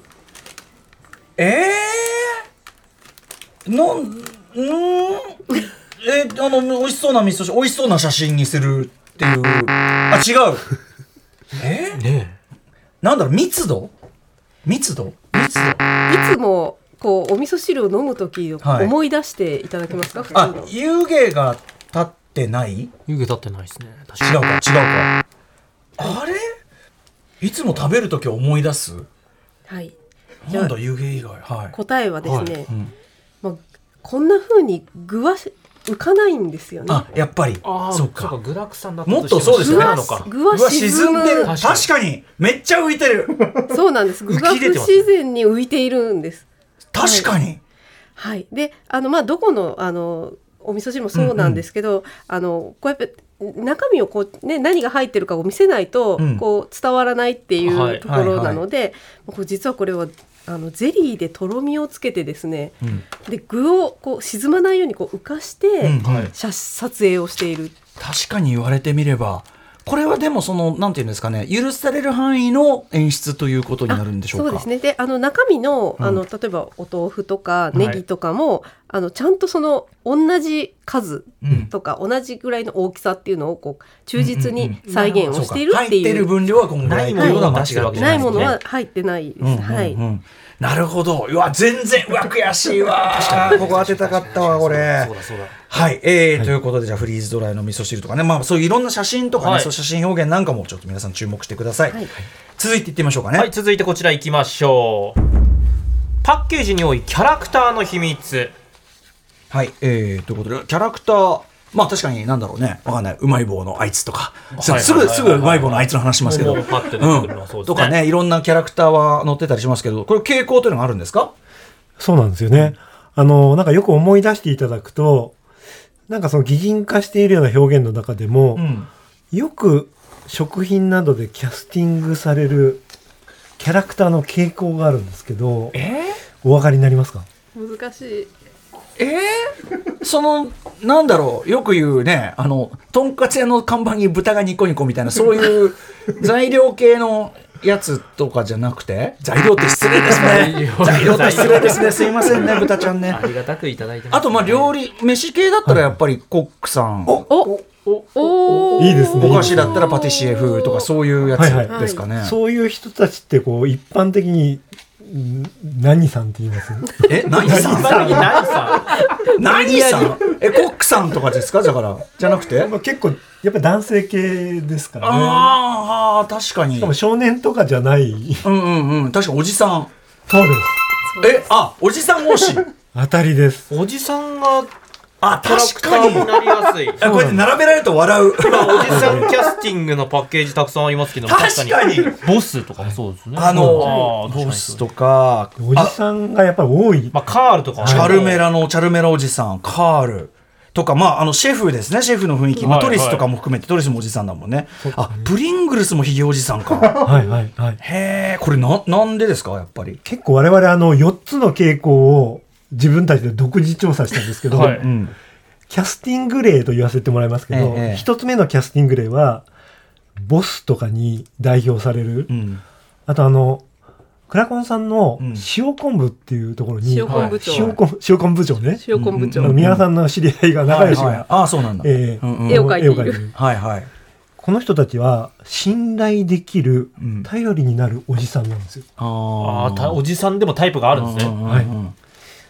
Speaker 1: えー、なんんーえあの美味しそうな味噌汁美味しそうな写真にするっていうあ違 <laughs> うえー、
Speaker 2: ね
Speaker 1: なんだろう密度密度密度
Speaker 4: いつもこうお味噌汁を飲む時を
Speaker 1: はい
Speaker 4: 思い出していただけますか、普通
Speaker 1: あ
Speaker 4: の
Speaker 1: 湯気が立ってない
Speaker 2: え湯気立ってないですね。確か
Speaker 1: 違うか違うかあれいつも食べるとき思い出す
Speaker 4: はい
Speaker 1: なんだ湯気以外はい
Speaker 4: 答えはですね、
Speaker 1: いうん
Speaker 4: まあ、こんな風に具は浮かないんですよね
Speaker 1: あやっぱり
Speaker 2: ああ、
Speaker 1: そ
Speaker 2: そうう
Speaker 1: か
Speaker 2: か、具沢山だった
Speaker 1: もっとそうです
Speaker 4: 具
Speaker 1: よね
Speaker 4: は
Speaker 2: のか
Speaker 4: 具は
Speaker 1: うわ
Speaker 4: 沈む
Speaker 1: でる
Speaker 2: 確
Speaker 1: 確
Speaker 2: か
Speaker 1: か
Speaker 2: に
Speaker 1: にめっちゃ浮いて <laughs> る
Speaker 4: そうなんです。具が
Speaker 2: 浮き
Speaker 4: 不
Speaker 2: 出てますね
Speaker 4: 自然に浮いているんです。
Speaker 1: 確かに、
Speaker 4: はい。で、あのまあどこのあのお味噌汁もそうなんですけど、あのこうやって中身をこうね何が入ってるかを見せないと、
Speaker 1: うん
Speaker 4: こう伝わらないってい
Speaker 2: はいう
Speaker 4: ところなので、こう実はこれはあのゼリーでとろみをつけてですね、
Speaker 1: ん
Speaker 4: で具をこう沈まないようにこう浮かして、
Speaker 1: うんはい
Speaker 4: 写撮影をしている。
Speaker 1: 確かに言われてみればこれはでもそのなんていうんですかね許される範囲の演出ということになるんでしょうか
Speaker 4: そうですね。で、あの中身の、あの例えばお豆腐とかネギとかも、あのちゃんとその同じ数
Speaker 1: うん
Speaker 4: とか、同じぐらいの大きさっていうのをこう忠実
Speaker 1: うん
Speaker 4: に再現をしてい
Speaker 1: そう
Speaker 4: るって
Speaker 1: か入って
Speaker 4: い
Speaker 1: る
Speaker 4: う。
Speaker 1: 分量はこんぐらい
Speaker 2: ないものは
Speaker 1: は
Speaker 2: 出してるわけじゃ
Speaker 4: ない
Speaker 2: です
Speaker 4: も
Speaker 2: ね
Speaker 4: のは入ってないです。はい。
Speaker 1: なるほどうわ全然うわ悔しいわここ当てたかったわこれ
Speaker 2: そうだそうだ。
Speaker 1: はい、えーということでじゃあフリーズドライの味噌汁とかねまあそういういろんな写真とかね、
Speaker 2: はい
Speaker 1: そう写真表現なんかもちょっと皆さん注目してください、
Speaker 4: はい
Speaker 1: 続いていってみましょうかね、
Speaker 2: はい、続いてこちら行きましょう。パッケージに多いキャラクターの秘密。
Speaker 1: はい、えー、ということで、キャラクター、まあ確かになんだろうね、わかんない、うまい棒のあいつとか、
Speaker 2: はい
Speaker 1: す
Speaker 2: は
Speaker 1: ぐ、
Speaker 2: いはい
Speaker 1: すぐうまい棒のあいつの話しますけど、
Speaker 2: もうパッて出てくるのはそうですね
Speaker 1: とかね、いろんなキャラクターは載ってたりしますけど、これ傾向というのがあるんですか
Speaker 3: そうなんですよね。あの、なんかよく思い出していただくと、なんかその擬人化しているような表現の中でも、
Speaker 7: うん
Speaker 3: よく食品などでキャスティングされるキャラクターの傾向があるんですけど、お分かりになりますか
Speaker 4: 難しい
Speaker 1: えー、 <laughs> そのなんだろうよく言うねあのとんかつ屋の看板に豚がニコニコみたいなそういう材料系のやつとかじゃなくて材料って失礼ですね材料って失礼ですねすいませんね豚ちゃんね
Speaker 2: ありがたくいただいてます
Speaker 1: あとまあ料理飯系だったらやっぱりコックさん、
Speaker 4: おおお
Speaker 3: いいですね
Speaker 1: お菓子だったらパティシエ風とかそういうやつですかね、
Speaker 3: そういう人たちってこう一般的にん何さんって言い <laughs> ます
Speaker 1: え何さん
Speaker 2: 何さ
Speaker 1: 何さんえコックさんとかですかだからじゃなくて
Speaker 3: まあ結構やっぱ男性系ですからね。
Speaker 1: ああ確かに
Speaker 3: しかも少年とかじゃない。
Speaker 1: うんうんうん確かにおじさん
Speaker 3: そうです。
Speaker 1: えあおじさん推し
Speaker 3: 当たりです。
Speaker 2: んおじさんが
Speaker 1: <laughs> あ
Speaker 2: キャラク
Speaker 1: 確
Speaker 2: ター
Speaker 1: かに
Speaker 2: になりやすい
Speaker 1: あこうやって並べられると笑う
Speaker 2: おじさんキャスティングのパッケージたくさんありますけども
Speaker 1: 確かに
Speaker 2: ボスとかもそうですね
Speaker 1: <laughs> あ
Speaker 2: あ
Speaker 1: の
Speaker 2: ー確かに
Speaker 1: ボスとか
Speaker 3: おじさんがやっぱり多い。
Speaker 2: まあカールとかもね
Speaker 1: チャルメラのチャルメラおじさんカールとかまああのシェフですねシェフの雰囲気、まあ
Speaker 2: はい
Speaker 1: ト
Speaker 2: はい
Speaker 1: リスとかも含めてトリスもおじさんだもんねあプリングルスもひげおじさん
Speaker 3: <laughs>
Speaker 1: か
Speaker 3: はいはいはい。
Speaker 1: へえこれななんでですかやっぱり
Speaker 3: 結構我々あの4つの傾向を自分たちで独自調査したんですけど、
Speaker 2: はい
Speaker 1: うん
Speaker 3: キャスティング例と言わせてもらいますけど、
Speaker 1: ええ
Speaker 3: 一つ目のキャスティング例は、ボスとかに代表される、
Speaker 1: うん
Speaker 3: あとあの、クラコンさんの
Speaker 1: うん
Speaker 3: 塩昆布っていうところに、
Speaker 4: 塩昆布町
Speaker 3: 塩昆布塩昆布町ね、
Speaker 4: 塩昆布町、
Speaker 3: あの宮田さんの知り合いが仲良し
Speaker 1: はいはい
Speaker 3: が、
Speaker 1: ああそうなんだ、
Speaker 3: ええ
Speaker 1: うんうん
Speaker 4: 絵を描いている
Speaker 1: はいはい
Speaker 3: この人たちは信頼できる
Speaker 1: うん
Speaker 3: 頼りになるおじさんなんですよ。
Speaker 2: あ
Speaker 1: あ
Speaker 2: ーたおじさんでもタイプがあるんです
Speaker 1: うん
Speaker 2: ね
Speaker 1: うんうん
Speaker 3: はい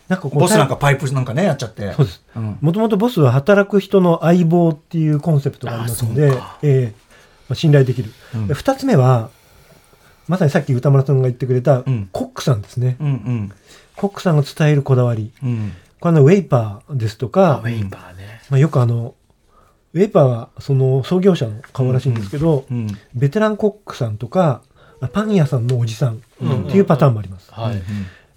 Speaker 3: なんかこう
Speaker 1: ボスなんかパイプなんかねやっちゃって
Speaker 3: そうです
Speaker 1: うん
Speaker 3: もともとボスは働く人の相棒っていうコンセプトがありますの
Speaker 1: あ
Speaker 3: で
Speaker 1: そうか、
Speaker 3: ええまあ、信頼できる、
Speaker 1: うん
Speaker 3: で二つ目はまさにさっき歌丸さんが言ってくれた
Speaker 1: ん
Speaker 3: コックさんですね、
Speaker 1: うんうん
Speaker 3: コックさんが伝えるこだわり
Speaker 1: うん
Speaker 3: これはウェイパーですとか、まあ、よくあのウェイパーはその創業者の顔らしいんですけど、
Speaker 1: うん
Speaker 3: ベテランコックさんとかパン屋さんのおじさんっていうパターンもあります、
Speaker 2: はい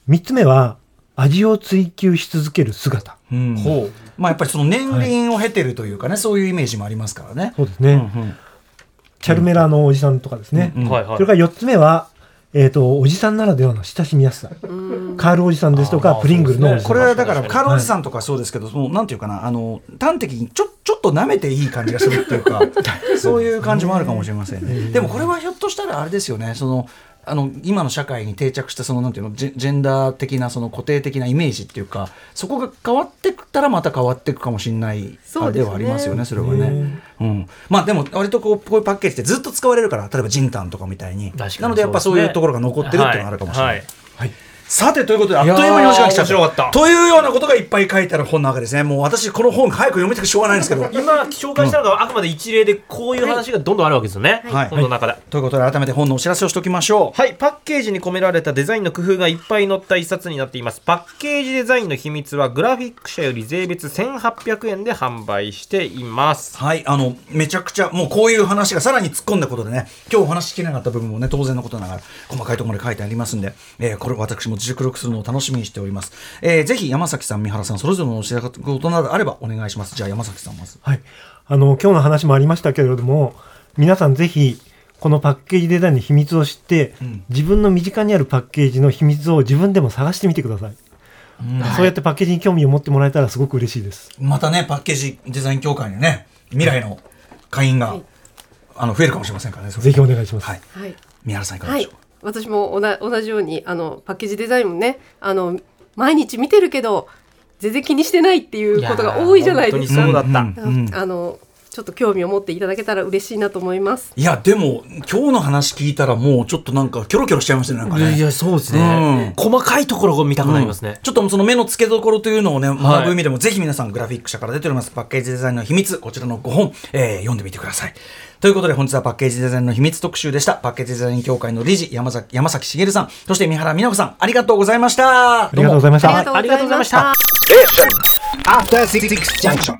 Speaker 3: 三つ目は味を追求し続ける姿
Speaker 1: うん
Speaker 2: ほう
Speaker 1: まあやっぱりその年輪を経てるというかね、そういうイメージもありますからね。
Speaker 3: そうですね、チャルメラのおじさんとかですね、
Speaker 1: うん
Speaker 2: はいはい
Speaker 3: それから4つ目は、えー、とおじさんならではの親しみやすさ、カールおじさんですと
Speaker 2: あー
Speaker 3: か、
Speaker 2: まあ
Speaker 3: プリングルのおじさん、
Speaker 1: これはだから、カールお
Speaker 3: はい
Speaker 1: じさんとかそうですけど、そのなんていうかな、あの端的にちょちょっと舐めていい感じがするっていう <laughs> か、そういう感じもあるかもしれませんね。でもこれはひょっとしたらあれですよね、そのあの今の社会に定着したそのなんていうのジェジェンダー的なその固定的なイメージっていうか、そこが変わってったらまた変わっていくかもしれないあ
Speaker 4: そう
Speaker 1: れ
Speaker 4: ですね
Speaker 1: ではありますよね、それはね。うん、まあでも割とこうこういうパッケージってずっと使われるから、例えばジンタンとかみたいに、
Speaker 2: 確かにそうですね
Speaker 1: なのでやっぱそういうところが残ってるっていうのがあるかもしれない。
Speaker 2: は
Speaker 1: さてということであっという間にお時間来ちゃ
Speaker 2: いやー面白かった
Speaker 1: というようなことがいっぱい書いてある本の中ですねもう私この本早く読みたくてしょうがないんですけど
Speaker 2: 今紹介したのがあくまで一例でこういう話がどんどんあるわけですよね、
Speaker 1: はい
Speaker 2: 本の中で、
Speaker 1: ということで改めて本のお知らせをしておきましょう
Speaker 2: はい、パッケージに込められたデザインの工夫がいっぱい載った一冊になっています。パッケージデザインの秘密はグラフィック社より税別1800円で販売しています。
Speaker 1: はいあのめちゃくちゃもうこういう話がさらに突っ込んだことでね今日お話しきれなかった部分もね当然のことながら細かいところまで書いてありますんで、えーこれ私も自熟録するのを楽しみにしております、えーぜひ山崎さん三原さんそれぞれのお知らせことなどあればお願いしますじゃあ山崎さんまず
Speaker 3: はい、あの今日の話もありましたけれども、皆さんぜひ、このパッケージデザインの秘密を知って、自分の身近にあるパッケージの秘密を自分でも探してみてください。そうやってパッケージに興味を持ってもらえたらすごく嬉しいです。
Speaker 1: またねパッケージデザイン協会にね未来の会員が、あの増えるかもしれませんからねそれ
Speaker 3: ぜひお願いします。
Speaker 1: はい
Speaker 4: はい
Speaker 1: 三原さんいかが
Speaker 4: は
Speaker 1: でしょう
Speaker 4: い、私もおな同じようにあのパッケージデザインもねあの毎日見てるけど全然気にしてないっていうことが多いじゃないですか。
Speaker 2: やー本当にそうだった。
Speaker 4: あのあのちょっと興味を持っていただけたら嬉しいなと思います。
Speaker 1: いや、でも、今日の話聞いたら、もうちょっとなんか、キョロキョロしちゃいましたね、なんかね。
Speaker 2: や、そうです
Speaker 1: ね
Speaker 2: 細かいところが見たくなりますね。
Speaker 1: ちょっとその目の付けどころというのをね、学ぶ意味でも、ぜひ皆さん、グラフィック社から出ております、パッケージデザインの秘密、こちらの5本、えー読んでみてください。ということで、本日はパッケージデザインの秘密特集でした。パッケージデザイン協会の理事、山崎、山崎茂さん、そして三原美奈子さん、ありがとうございました。
Speaker 3: ありがとうございました。
Speaker 4: ありがとうございました。
Speaker 8: After Six Junction.